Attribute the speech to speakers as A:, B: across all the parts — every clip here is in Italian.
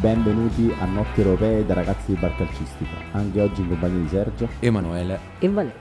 A: benvenuti a Notte Europee da ragazzi di Bar Calcistica. Anche oggi in compagnia di Sergio,
B: Emanuele.
C: E Valerio.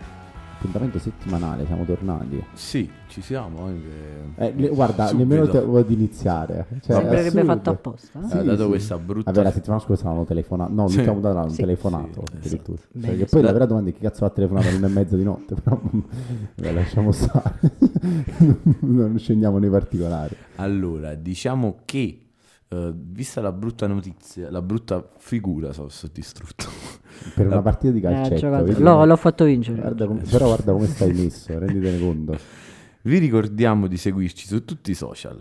A: appuntamento settimanale, siamo tornati.
B: Sì, ci siamo anche.
A: Eh, ne- guarda,
B: Subito.
A: nemmeno te volevo di iniziare. Cioè, è
C: Sembrerebbe
A: assurdo.
C: fatto apposta. eh?
A: Sì,
B: Eh, dato
A: sì.
B: questa brutta.
A: Vabbè, la settimana scorsa avevano telefonato. No,
B: Sì.
A: l'ultima puntata avevano
C: Sì.
A: telefonato.
B: Sì, esatto.
A: addirittura.
C: sì.
A: Cioè,
C: Beh,
A: che poi la
B: sì.
A: vera domanda è chi cazzo ha telefonato alle una e mezza di notte. Però vabbè, lasciamo stare. Non- non scendiamo nei particolari.
B: Allora, diciamo che. eh, vista la brutta notizia, la brutta figura, so, sono distrutto.
A: Per una partita di
C: Eh, ha
A: calcetto.
C: giocato-
A: vedi?
C: l'ho, l'ho fatto vincere.
A: Guarda come- però guarda come stai messo, renditene conto.
B: Vi ricordiamo di seguirci su tutti i social,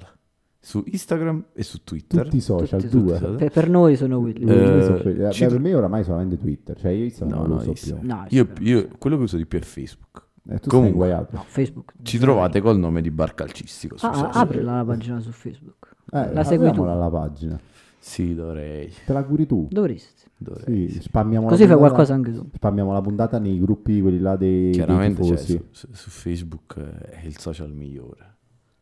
B: su Instagram e su Twitter.
A: Tutti i social,
C: Tutti,
A: due.
B: tutti.
C: Per, per noi sono quelli.
A: Io
B: Eh,
A: so- beh,
B: ci-
A: per me oramai solamente Twitter, cioè io Instagram
B: No,
A: non lo
B: no,
A: so
B: Instagram.
A: più.
C: No,
B: Io,
C: cioè,
B: io- quello che uso di più è Facebook.
A: Eh, tu
B: Comunque.
A: sei guaiato.
C: no, Facebook.
B: Ci trovate col nome di Bar Calcistico su
C: Ah,
B: social.
C: apri la pagina su Facebook.
A: Eh,
C: la segui tu.
A: apriamola la pagina.
B: Sì, dovrei.
A: Te la curi tu.
C: Dovresti.
B: dovrei.
A: Sì, spammiamo
C: Così
A: la
C: fai
A: puntata-
C: qualcosa anche tu.
A: Spammiamo la puntata nei gruppi quelli là dei, dei
B: Chiaramente cioè,
A: tifosi.
B: su, su- su Facebook è il social migliore.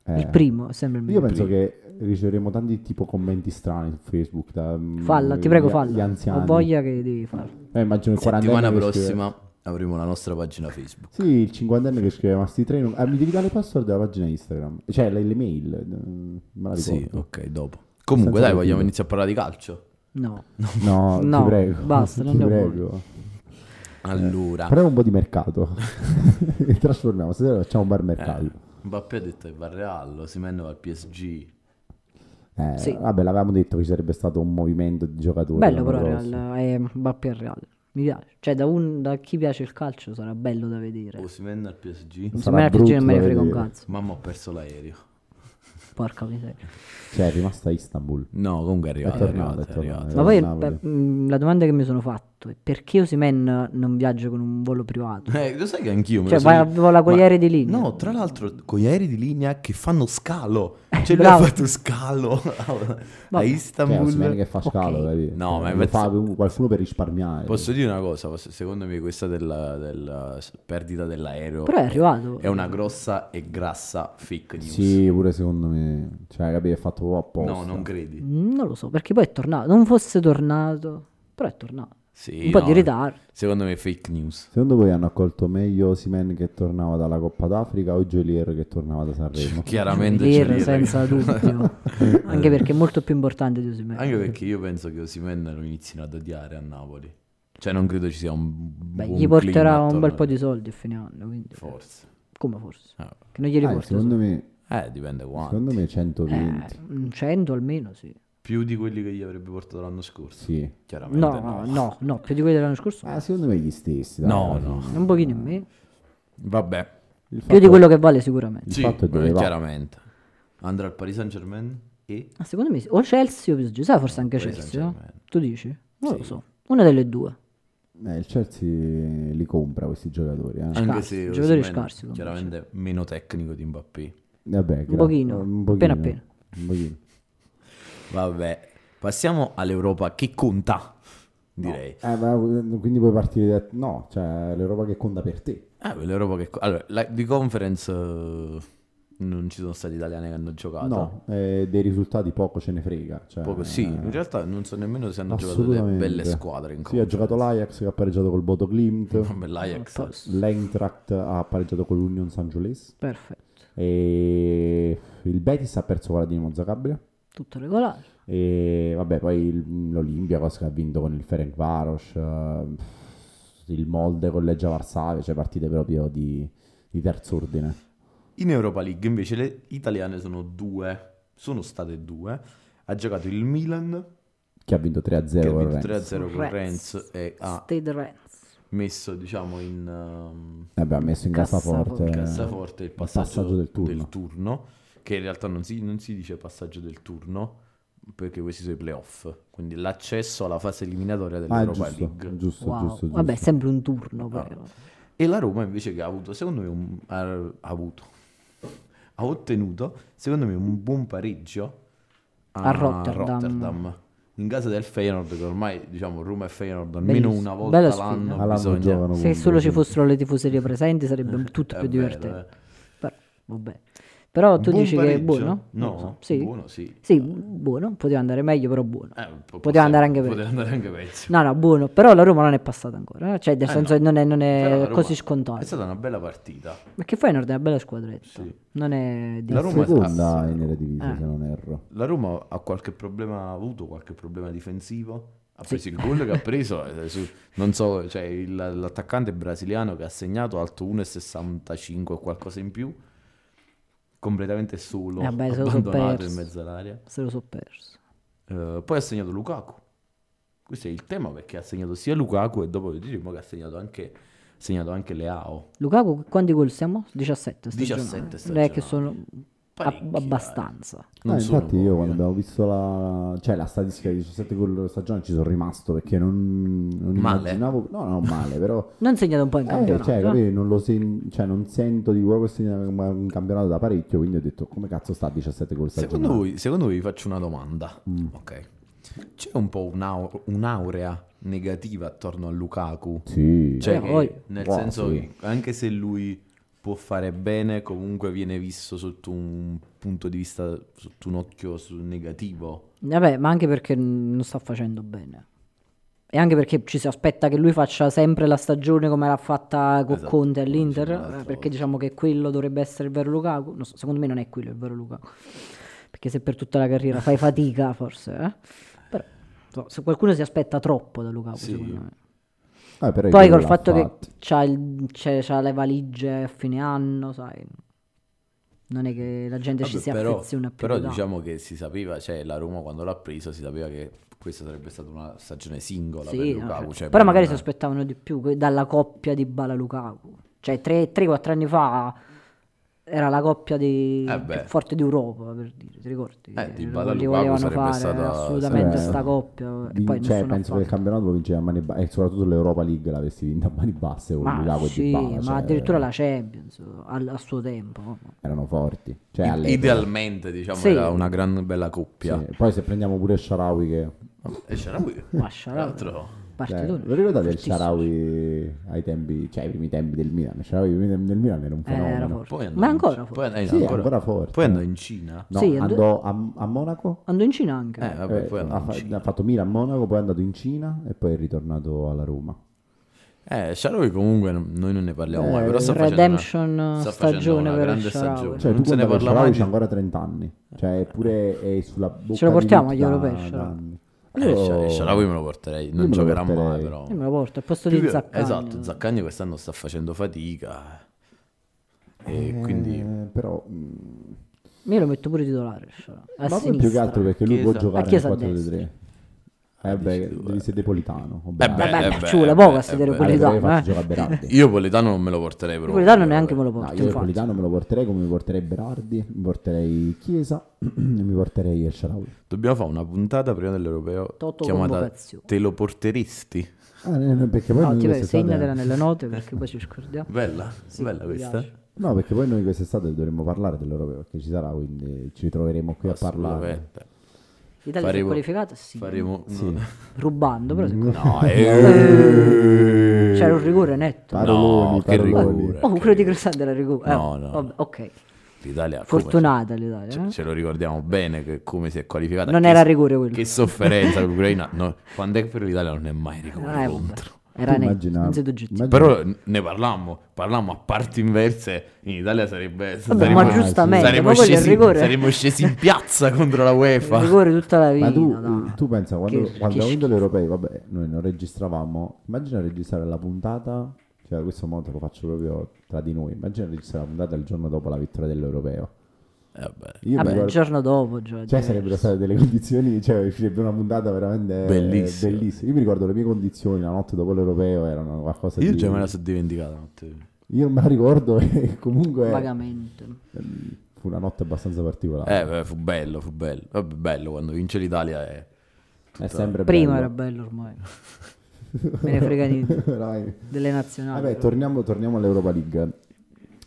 A: Eh,
C: Il primo è sempre il
A: Io
C: migliore.
A: penso che riceveremo tanti tipo commenti strani su Facebook. Da, mm,
C: Falla, ti prego,
A: gli- Gli
C: falla. Ho
A: anziani.
C: voglia che devi farlo.
A: Eh, immagino il
B: Settimana
A: 40enne che
B: prossima avremo la nostra pagina Facebook.
A: scrive- Sì, il 50enne che scrive, ma sti tre... non- Ah, mi devi dare il password della pagina Instagram. Cioè, le, le mail. eh, Me la
B: Sì,
A: ricordo.
B: ok, dopo. Comunque,
A: Senza
B: dai,
A: motivo.
B: vogliamo iniziare a parlare di calcio.
C: No.
B: oh.
A: No,
C: No,
A: ti prego.
C: basta, non
A: ti
C: ne ho
A: prego.
B: Allora,
A: Faremo un po' di mercato. e trasformiamo, stasera facciamo un bar mercato.
B: Eh, Mbappé ha detto che va al Real, Osimhen va al PSG.
A: Eh,
C: Sì.
A: Vabbè, l'avevamo detto che ci sarebbe stato un movimento di giocatori.
C: Bello
A: l'anno
C: però il
A: prossimo.
C: Real, è Mbappé al Real. Mi piace. Cioè da, un- da chi piace il calcio sarà bello da vedere.
B: Osimhen al PSG.
A: sarà
C: Insomma, la PSG non
A: brutto
C: me ne
A: da
C: frega un
A: vedere.
C: cazzo.
B: Mamma ho perso l'aereo.
C: Porca miseria.
A: Cioè, è rimasta a Istanbul.
B: No, comunque è arrivato, è
A: tornato,
B: arrivato,
A: è
B: è arrivato.
A: tornato.
C: Ma poi
A: Napoli.
C: beh, mh, la domanda che mi sono fatto è perché Osimen non viaggia con un volo privato?
B: Eh, lo sai che anch'io me
C: Cioè,
B: lo sono-
C: vai a vola con gli
B: Ma-
C: aerei di linea.
B: No, tra l'altro con gli aerei di linea che fanno scalo. Cioè lui ha
C: bravo.
B: fatto scalo a- a
C: Vabbè.
A: Cioè,
B: Istanbul.
A: Osimhen che fa scalo,
C: Ok.
A: vedi?
B: No, ma
A: Lo
B: invece-
A: fa qualcuno per
C: Eh,
A: risparmiare.
B: Posso dire una cosa, Posso- secondo me questa della, della s- perdita dell'aereo
C: Però è arrivato.
B: è una grossa e grassa fake news.
A: Sì, pure secondo me. Cioè, capì, è fatto proprio apposta.
B: no, non credi.
C: Mm, Non lo so, perché poi è tornato. Non fosse tornato, però è tornato.
B: Sì,
C: un po'
B: no,
C: di ritardo.
B: Secondo me è fake news.
A: Secondo voi hanno accolto meglio Osimen che tornava dalla Coppa d'Africa o Geolier che tornava da
B: Cioè,
A: Sanremo?
B: Chiaramente
C: Giulier,
B: c'è lì,
C: senza
B: ragazzi.
C: dubbio. Anche perché è molto più importante di Osimen.
B: Anche perché io penso che Osimhen lo inizino ad odiare a Napoli. Cioè non credo ci sia un
C: Beh,
B: buon
C: gli porterà
B: clima
C: un bel po'
B: attorno-
C: di soldi a fine anno. Quindi,
B: Forse.
C: come forse?
B: Ah.
C: Che non glieli
A: Ah,
C: porta.
A: secondo me,
B: Eh, dipende quanto.
A: secondo me 120.
C: Eh, un 100 almeno, sì.
B: Più di quelli che gli avrebbe portato l'anno scorso.
A: Sì.
B: Chiaramente
C: No,
B: no.
C: no, no, no, più di quelli dell'anno scorso.
A: Ah, secondo me gli stessi. dai,
B: No,
A: alla fine.
B: no.
C: Un pochino in meno.
B: Vabbè.
A: Il fatto-
C: Più di quello che vale sicuramente.
B: Sì,
A: fatto è dove
B: eh,
A: va.
B: chiaramente. Andrà al Paris Saint-Germain e
C: Ah, secondo me sì. o Chelsea o PSG, sai forse anche
B: Paris
C: Chelsea, no?
B: Saint-Germain.
C: Tu dici? Non lo so. Una delle due.
A: Eh, il Chelsea li compra questi giocatori. eh.
B: anche
C: Scarsi,
B: se
C: giocatori
B: Osimhen
C: scarsi, secondo me,
B: chiaramente meno tecnico di Mbappé.
A: Vabbè, gra-
C: pochino, appena appena.
A: Un pochino.
B: Vabbè, passiamo all'Europa che conta, direi.
A: Eh, ma- quindi puoi partire da... No, cioè l'Europa che conta per te.
B: Eh, beh, l'Europa che co- Allora, la- di conference eh, non ci sono stati italiani che hanno giocato.
A: No, eh, dei risultati poco ce ne frega. Cioè,
B: Poco- sì, in realtà non so nemmeno se hanno giocato delle
A: assolutamente.
B: belle squadre in
A: Sì, ha giocato l'Ajax che ha pareggiato col Bodo Klimt.
B: Vabbè,
C: Al
B: l'Ajax.
C: posto.
A: L'Eintracht ha pareggiato con l'Union San Giulis.
C: Perfetto.
A: E il Betis ha perso con la Dinamo Zagabria.
C: Tutto regolare.
A: E vabbè, poi il- l'Olimpia cosa che ha vinto con il Ferencvaros, eh, il Molde con Legia Varsavia, cioè partite proprio di, di terzo ordine.
B: In Europa League invece le italiane sono due, sono state due. Ha giocato il Milan
A: Che ha vinto 3-0
B: che ha
A: con
B: vinto
A: Rennes.
B: 3-0 con
C: Rennes.
B: Rennes e ha
C: Stay the Rennes.
B: messo diciamo in ehm,
A: Eh, Abbiamo messo in cassaforte.
C: Cassaforte.
B: cassaforte il passaggio,
A: Eh, passaggio del
B: del,
A: turno.
B: turno. che in realtà non si, non si dice passaggio del turno perché questi sono i playoff, quindi l'accesso alla fase eliminatoria
A: Ah,
B: dell'Europa
A: giusto, giusto,
B: League.
A: giusto,
C: Wow.
A: giusto.
C: Vabbè, è sempre un turno.
B: Ah.
C: però.
B: E la Roma invece che ha avuto, secondo me, un- ha, ha avuto, ha ottenuto, secondo me, un buon pareggio
C: A Rotterdam.
B: Rotterdam. In casa del Feyenoord, che ormai diciamo Roma e Feyenoord almeno
C: Bellissimo.
B: una volta
C: Bella sfida.
B: l'anno
A: All'anno
B: bisogna...
A: giocano
C: Se
A: contro,
C: solo ci
A: sì.
B: Eh,
C: fossero le tifoserie presenti sarebbe tutto
B: È
C: più
B: vero,
C: divertente. Però, vabbè. Però Oh, tu
B: Buon
C: dici che è
B: pareggio?
C: buono? Non
B: No,
C: lo so. Sì.
B: buono sì.
C: Sì, buono, poteva andare meglio, però buono.
B: Eh, po-
C: Poteva andare anche
B: Poteva andare anche peggio.
C: No, no, buono, però la Roma non è passata ancora, eh. cioè nel
B: Eh,
C: senso
B: no.
C: che non è, non è
B: Però la Roma
C: così
B: È
C: scontato.
B: stata una bella partita.
C: Perché poi in ordine è una bella squadretta,
B: Sì.
C: non è di...
B: La Roma è
A: seconda
B: classica.
A: in Eredivisie,
C: Eh.
A: se non erro.
B: La Roma ha qualche problema, ha avuto qualche problema difensivo. Ha preso il gol che ha preso, eh, su- non so, cioè, il- l'attaccante brasiliano che ha segnato alto 1,65 o qualcosa in più, completamente solo,
C: Eh, vabbè, se lo so
B: abbandonato
C: perso.
B: in mezzo all'area.
C: se lo so perso.
B: Eh, poi ha segnato Lukaku. Questo è il tema perché ha segnato sia Lukaku e dopo diremo che ha segnato anche, ha segnato anche Leao.
C: Lukaku, quanti gol siamo? 17
B: 17
C: stagionali. Direi che sono
B: stagionali.
C: ab-
B: Parecchi,
C: abbastanza.
B: Non
A: Ah,
B: sono
A: infatti io
B: pochi,
A: quando
B: eh.
A: abbiamo visto la, cioè, la statistica di 17 gol stagione ci sono rimasto perché non, non
B: Male.
A: immaginavo... No, no, male, però...
C: Non segnato un po' in
A: Eh,
C: campionato.
A: cioè,
C: eh.
A: capì? non, lo sen- cioè, non sento di qua questo un campionato da parecchio, quindi ho detto come cazzo sta a 17 gol
B: Secondo
A: stagionali?
B: voi, secondo voi vi faccio una domanda.
A: Mm.
B: Ok. C'è un po' un'au- un'aurea negativa attorno a Lukaku?
A: Sì.
B: Cioè,
C: Eh,
B: che-
C: poi-
B: nel
A: Wow,
B: senso
A: sì.
B: che anche se lui può fare bene, comunque viene visto sotto un punto di vista, sotto un occhio su- negativo.
C: Vabbè, ma anche perché non sta facendo bene. E anche perché ci si aspetta che lui faccia sempre la stagione come l'ha fatta con
B: Esatto,
C: Conte
B: come
C: all'Inter,
B: dicevamo l'altra
C: eh, perché
B: volta.
C: diciamo che quello dovrebbe essere il vero Lukaku. Non so, secondo me non è quello il vero Lukaku. Perché se per tutta la carriera fai fatica, forse, eh. Però so, se qualcuno si aspetta troppo da Lukaku,
B: Sì.
C: secondo me.
A: Eh, però i
C: Poi
A: gol
C: col
A: l'ha
C: fatto
A: fatti.
C: che c'ha, il- c'è- c'ha le valigie a fine anno, sai. Non è che la gente ci
B: Vabbè,
C: si
B: però,
C: affeziona più.
B: però
C: di tanto.
B: diciamo che si sapeva, cioè la Roma quando l'ha preso si sapeva che questa sarebbe stata una stagione singola per
C: Sì, no,
B: Lukaku.
C: certo.
B: cioè,
C: però
B: per
C: magari
B: una-
C: si aspettavano di più que- dalla coppia di Bala Lukaku. Cioè 3-4 anni fa era la coppia di,
B: Eh beh.
C: più forte d'Europa, per dire, ti ricordi?
B: Eh,
C: Che
B: Dybala
C: li
B: Lukaku
C: volevano
B: sarebbe
C: fare
B: stata-
C: assolutamente
A: sarebbe-
C: sta coppia e
A: Vin-
C: poi
A: Eh, cioè,
C: nessuno ha
A: penso che il
C: fatto.
A: campionato lo vinceva a mani basse e soprattutto l'Europa League l'avessi vinta a mani basse con
C: Ma
A: Lukaku e
C: sì,
A: Dybala,
C: ma
A: cioè,
C: addirittura la Champions al, al suo tempo. no?
A: erano forti. Cioè,
B: I-
A: all'epoca.
B: Idealmente, diciamo,
C: Sì.
B: era una gran bella coppia.
A: Sì, Poi se prendiamo pure Sharawi che
B: E c'era lui.
C: Ma
B: Tra
C: Sharawi-
B: l'altro,
A: cioè,
C: Partitone.
A: Lo ricordate il
C: fortissimo.
A: Sharawi ai tempi, cioè ai primi tempi del Milan? Sharawi ai primi tempi del Milan era un
C: Eh, era
A: fenomeno.
C: forte.
B: poi andò
C: Ma
B: in-
C: ancora
B: poi,
C: forte.
B: eh, no,
A: Sì, ancora forte.
B: Poi andò in Cina.
A: No,
C: Sì,
A: andò a, a Monaco
C: Andò in Cina anche.
B: Eh, vabbè,
A: Eh,
B: poi andò
A: ha,
B: in
A: fa-
B: Cina.
A: ha fatto Milan a Monaco, poi è andato in Cina e poi è ritornato alla Roma.
B: Mm-hmm. Eh, Sharawi comunque non- noi non ne parliamo
A: Eh,
B: mai, però sta facendo una-
C: Redemption
B: sta facendo
C: stagione
B: una
C: per
B: grande
C: Sharawi.
B: stagione.
A: Cioè,
B: Non
A: tu
B: se ne
A: conta che
B: parla
A: Sharawi
B: mai.
A: c'ha ancora 30 anni, cioè eppure è sulla bocca
C: lo
A: di
C: portiamo
A: tutti
C: agli
A: da-
C: europei,
A: da
C: Sharawi?
A: anni.
B: Eh,
A: Io-
B: Sharawi- Sharawi me lo porterei,
A: me
B: non
A: lo
B: giocherà mai
A: porterei.
B: però.
C: Io Eh, me lo porto, al posto
B: Più
C: di
B: che-
C: Zaccagni.
B: Esatto, Zaccagni quest'anno sta facendo fatica e
A: Eh,
B: quindi
A: però mh,
C: Io lo metto pure titolare. Sharawi, A
A: ma poi
C: sinistra.
A: più che altro perché lui può
B: Chiesa-
A: giocare
C: a Chiesa
A: nel
C: a destra.
A: 4-3. Eh beh,
B: Dici tu,
A: devi
B: eh.
A: essere napoletano. o bravo.
B: Eh beh,
C: Vabbè,
B: eh
C: ma
B: beh,
C: ci vuole
B: eh
C: poco
B: beh,
C: a sedere
B: eh beh.
A: Allora,
C: Napoletano,
A: io faccio
C: eh.
A: giocare Berardi.
B: ah, io Politano non me lo porterei proprio.
C: Napoletano neanche me lo
B: eh.
A: No,
C: porto.
A: io il
C: infatti.
A: Politano me lo porterei come mi porterei Berardi, mi porterei Chiesa e mi porterei El Shaarawy.
B: Dobbiamo fare una puntata prima dell'Europeo
C: Toto
B: chiamata
C: convocazione.
B: Te lo porteresti?
A: Ah, no, no, perché poi
C: No,
A: noi
C: ti prego,
A: quest'estate-
C: segnatela nelle note perché poi ci scordiamo.
B: Bella,
C: Sì,
B: bella
C: mi
B: questa.
C: piace.
A: No, perché poi noi quest'estate dovremmo parlare dell'Europeo perché ci sarà, quindi ci ritroveremo qui a parlare.
B: Assolutamente.
C: L'Italia si è
B: Faremo-
C: qualificata? Sì.
B: Faremo
A: Sì.
C: Rubando, però si-
B: No, eh.
C: c'era un rigore netto.
A: Par-
B: No,
A: Paroloni,
B: che
A: paroloni.
B: rigore.
C: Oh,
B: che
C: quello di
B: rigore.
C: Cristante era rigore. Eh,
B: No, no.
C: vabbè, ok.
B: L'Italia come-
C: Fortunata l'Italia.
B: ce,
C: eh.
B: ce lo ricordiamo bene che come si è qualificata.
C: Non
B: Che-
C: era rigore quello.
B: Che sofferenza con l'Ucraina. No, quando è per l'Italia non è mai
C: Ah,
B: rigore
C: eh,
B: contro.
C: vabbè. Era
A: Tu
C: netto.
A: immagina-
C: Non sei oggettivo.
A: immagina-
B: Però ne parlammo, parlammo a parti inverse, in Italia sarebbe...
C: Vabbè,
B: saremmo-
C: ma giustamente,
B: saremmo
C: ma quello è il
B: scesi,
C: rigore.
B: saremmo scesi in piazza contro la UEFA. Eh,
C: Rigore tutta la vita.
A: Ma tu,
C: dai.
A: tu pensa, quando,
C: Che-
A: quando
C: che
A: ha vinto
C: schifo.
A: gli europei, vabbè, noi non registravamo. Immagina registrare la puntata, cioè questo momento lo faccio proprio tra di noi. Immagina registrare la puntata il giorno dopo la vittoria dell'europeo.
B: Eh, vabbè.
A: Io mi
C: Vabbè, il
A: guardo-
C: giorno dopo, eh, già,
A: Cioè,
C: diverso.
A: sarebbero state delle condizioni, cioè uscirebbe una puntata veramente
B: Bellissima.
A: bellissima. Io mi ricordo le mie condizioni la notte dopo l'europeo erano qualcosa
B: Io
A: di...
B: già me la sono dimenticata. notte.
A: Io me la ricordo e
B: eh.
A: comunque
C: vagamente.
A: ehm, fu una notte abbastanza particolare.
B: Eh, beh, fu bello, fu bello. Vabbè, bello quando vince l'Italia è...
A: È sempre
C: Prima era
A: bello.
C: bello ormai. Me ne frega niente.
A: Veramente.
C: Delle nazionali.
A: Vabbè,
C: però.
A: Eh torniamo, torniamo all'Europa League.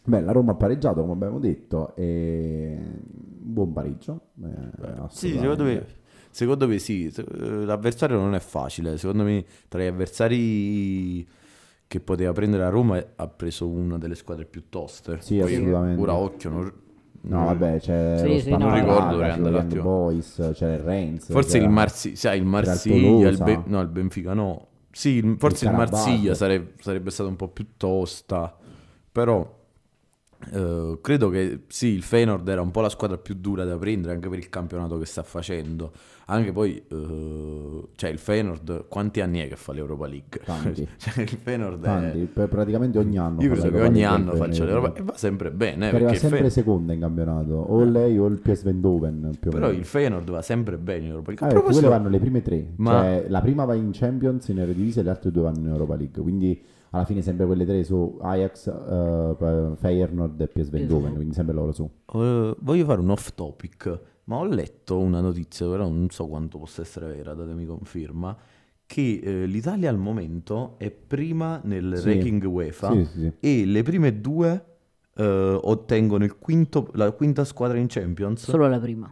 A: Beh, la Roma ha pareggiato, come abbiamo detto, e un buon pareggio. eh, assolutamente.
B: Sì, secondo me, secondo me sì, se- eh, l'avversario non è facile, secondo me tra gli avversari che poteva prendere a Roma ha preso una delle squadre più toste.
A: Sì,
B: Poi,
A: assolutamente.
B: Ora occhio, non,
A: No, vabbè, c'è
C: Sì,
A: lo
C: sì, no.
A: Sparta
C: Non
A: Praga,
C: ricordo,
B: Ryan,
A: c'è lo Young
B: dall'attivo.
A: Boys, c'è il Rennes.
B: Forse
A: c'è-
B: il, Marsi- sai, il
A: c'era il
B: Marsiglia, il
A: Tolosa.
B: Be- no, il Benfica no. Sì, il- forse
A: Il
B: il,
A: Karabakh.
B: Marsiglia sare- sarebbe stato un po' più tosta, però eh, credo che sì, il Feyenoord era un po' la squadra più dura da prendere anche per il campionato che sta facendo. Anche poi, eh, cioè il Feyenoord, quanti anni è che fa l'Europa League?
A: Tanti.
B: Cioè, il Feyenoord è-
A: Tanti, per- praticamente ogni anno.
B: Io
A: fa
B: credo che
A: l'Europa
B: ogni
A: League
B: anno
A: per-
B: faccia l'Europa e va sempre bene, eh,
A: che arriva
B: perché il
A: sempre
B: Feyenoord-
A: seconda in campionato, o lei o il PS Eindhoven più o
B: però
A: meno.
B: il Feyenoord va sempre bene in Europa League.
A: Ah,
B: A
A: ecco, quelle
B: proposito-
A: vanno le prime tre,
B: Ma-
A: cioè la prima va in Champions in Eredivisie e le altre due vanno in Europa League, quindi alla fine sempre quelle tre su Ajax, eh, Feyenoord e PSV Eindhoven, quindi sempre loro su.
B: Eh, voglio fare un off topic, ma ho letto una notizia, però non so quanto possa essere vera, datemi conferma, che eh, l'Italia al momento è prima nel
A: Sì.
B: ranking UEFA
A: Sì, sì, sì.
B: e le prime due eh, ottengono il quinto- la quinta squadra in Champions, solo,
C: Solo la prima.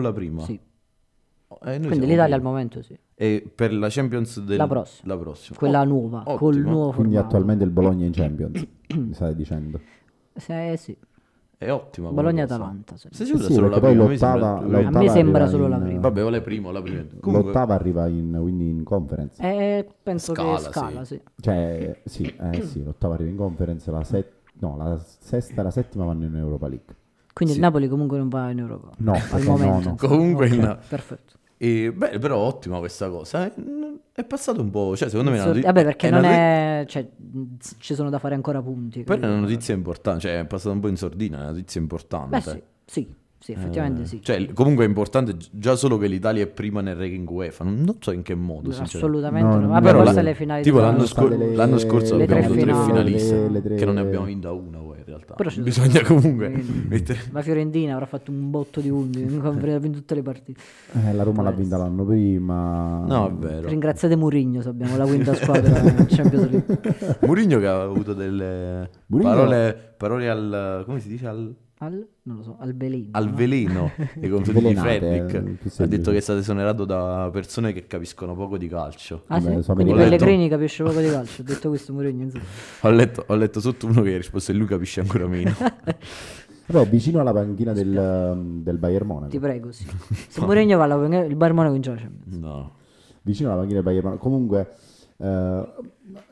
B: la prima.
C: Sì.
B: Eh, noi
C: Quindi
B: siamo
C: l'Italia al
B: primi.
C: momento sì.
B: E per la Champions del-
C: La prossima.
B: la prossima.
C: Quella
B: Oh,
C: nuova,
B: ottimo.
C: col nuovo
A: Quindi
C: formato.
A: attualmente il Bologna è in Champions, mi stai dicendo.
C: Eh sì,
B: È ottima. come cosa.
C: Bologna-Atalanta. se-
B: Sei sicuro
A: Sì,
B: solo
A: perché
B: la
A: poi
B: prima? A me sembra-
A: l'ottava,
C: me
A: l'ottava
C: sembra
A: arriva
C: solo la
A: in- eh,
C: prima.
B: Vabbè, o la prima o la prima. Comunque,
A: L'ottava arriva in, quindi in conference.
C: Eh, penso
B: Scala,
C: che scala, sì.
A: Cioè, sì, eh sì, l'ottava arriva in conference, la, set- no, la sesta e la settima vanno in Europa League.
C: Quindi
B: Sì.
C: il Napoli comunque non va in Europa.
A: No,
C: al
A: perché no,
C: momento.
A: no.
B: Comunque
C: Ok,
B: no.
C: Perfetto.
B: E, beh, però ottima questa cosa. eh. Non- È passato un po'. Cioè, secondo me. è una noti-
C: Vabbè, perché non
B: una noti-
C: è... Cioè, mh, ci sono da fare ancora punti.
B: Però è una
C: quindi-
B: notizia importante. Cioè, è passata un po' in sordina. È una notizia importante.
C: Beh sì, sì, sì, effettivamente
B: Eh,
C: sì.
B: Cioè, l- comunque è importante gi- già solo che l'Italia è prima nel ranking UEFA. Non, non so in che modo. sinceramente.
C: Assolutamente.
A: No,
C: no.
A: no,
C: Vabbè,
A: però
C: forse
A: la-
C: le finali... di
B: Tipo l'anno,
C: Champions.
A: sono
B: scor-
A: state le-
B: l'anno scorso
C: le tre
B: abbiamo avuto tre
C: finali,
B: finaliste.
C: le- le
A: tre-
B: Che non ne abbiamo vinta una, poi, in realtà.
C: Però ci sono-
B: Bisogna comunque
C: Quindi-
B: mettere.
C: La Fiorentina avrà fatto un botto di punti, avrà vinto tutte le partite.
A: Eh, la Roma l'ha vinta l'anno prima.
B: No, è vero.
C: Ringraziate Murigno se abbiamo la quinta squadra in Champions League.
B: Mourinho che aveva avuto delle
A: Mourinho-
B: parole, parole al. come si dice? Al,
C: Al, non lo so, al Belin.
B: al veleno nei confronti di
A: Velenate, eh, più
B: Fredrik. Ha
A: semplice.
B: detto che è stato esonerato da persone che capiscono poco di calcio.
C: Ah, sì?
A: Vabbè, so
C: Quindi
A: americano.
C: Pellegrini capisce poco di calcio. Ho detto questo Mourinho. insomma.
B: Ho letto, ho letto sotto uno che ha risposto e lui capisce ancora meno.
A: Vabbè, vicino alla panchina del, um, del Bayern Monaco.
C: Ti prego, sì. Se Mourinho va alla il Bayern Monaco vince la Champions.
B: No.
A: Vicino alla panchina del Bayern Monaco. Comunque, eh,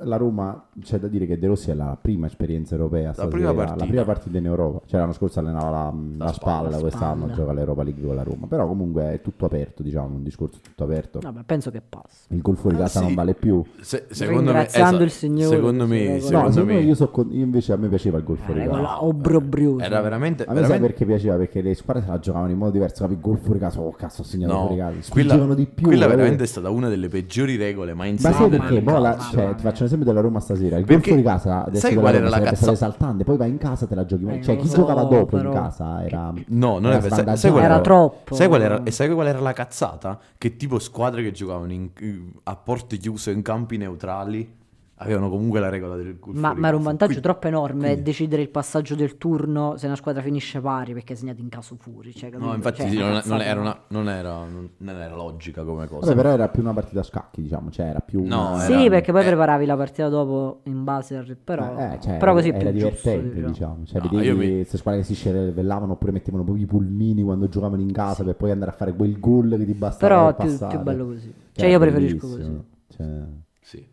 A: la Roma, c'è da dire che De Rossi è la prima esperienza europea. stasera,
B: prima partita.
A: la prima partita in Europa. Cioè, l'anno scorso allenava la, la
B: La
A: spalla,
C: spalla.
A: quest'anno gioca all'Europa League con la Roma. Però comunque è tutto aperto, diciamo, un discorso tutto aperto.
C: Vabbè, penso che passa.
A: Il gol fuori
B: Ah,
A: casa non
B: sì.
A: vale più.
B: Se- secondo me, esatto.
C: Ringraziando il Signore,
B: Secondo
C: sì,
B: me, secondo
C: dai,
A: no, secondo me,
B: me
A: io, so con- io invece a me piaceva il gol fuori
C: Eh,
A: casa.
C: con la obbrobriosa.
B: era veramente.
A: A me sai
B: veramente-
A: perché piaceva? Perché le squadre se la giocavano in modo diverso, capi? Gol fuori caso, oh cazzo, ho segnato
B: No,
A: fuori caso.
B: quella,
A: Spingevano di più.
B: quella
A: eh.
B: veramente è stata una delle peggiori regole mai
A: Ma
B: inserite.
A: sai
C: Mamma
A: perché?
C: mia,
A: Mo la-
C: mamma
A: cioè,
C: mia.
A: ti faccio un esempio della Roma stasera. Il
B: Perché-
A: gol fuori casa adesso
B: sai
A: della
B: qual
A: Roma
B: era la
A: sarebbe stato
B: cazza-
A: esaltante. Poi va in casa te la giochi.
C: Eh,
A: cioè,
C: lo
A: chi
C: so,
A: giocava dopo
C: però.
A: in casa era.
B: No, non
A: era
B: è vero. Sai- sai
A: svantaggiato.
B: qual
C: Era troppo.
B: Sai qual era, e sai qual era la cazzata? Che tipo squadre che giocavano in- a porte chiuse in campi neutrali avevano comunque la regola del gol
C: Ma,
B: fuori
C: ma era
B: casa.
C: un vantaggio
B: Quindi-
C: troppo enorme decidere il passaggio del turno se una squadra finisce pari perché è segnato in caso fuori. Cioè, capito?
B: No, infatti
C: Cioè,
B: sì, non, non
C: cazzate.
B: era una- non era- non- non era logica come cosa.
A: Vabbè, però era più una partita a scacchi, diciamo. Cioè, era più.
B: No,
A: una-
B: era-
C: Sì, perché poi
B: eh.
C: preparavi la partita dopo in base al... Però,
A: Eh, cioè,
C: però così è
A: era
C: più giusto,
A: divertente,
C: diciamo.
A: diciamo. Cioè,
B: No, io
A: vedevi
B: mi-
A: queste squadre che si scervellavano oppure mettevano proprio i pulmini quando giocavano in casa per poi andare a fare quel gol che ti bastava.
C: Però
A: per
C: più,
A: passare.
C: più bello così. Cioè,
A: Era
C: io preferisco
A: bellissimo.
C: così.
A: Cioè, per
B: Sì.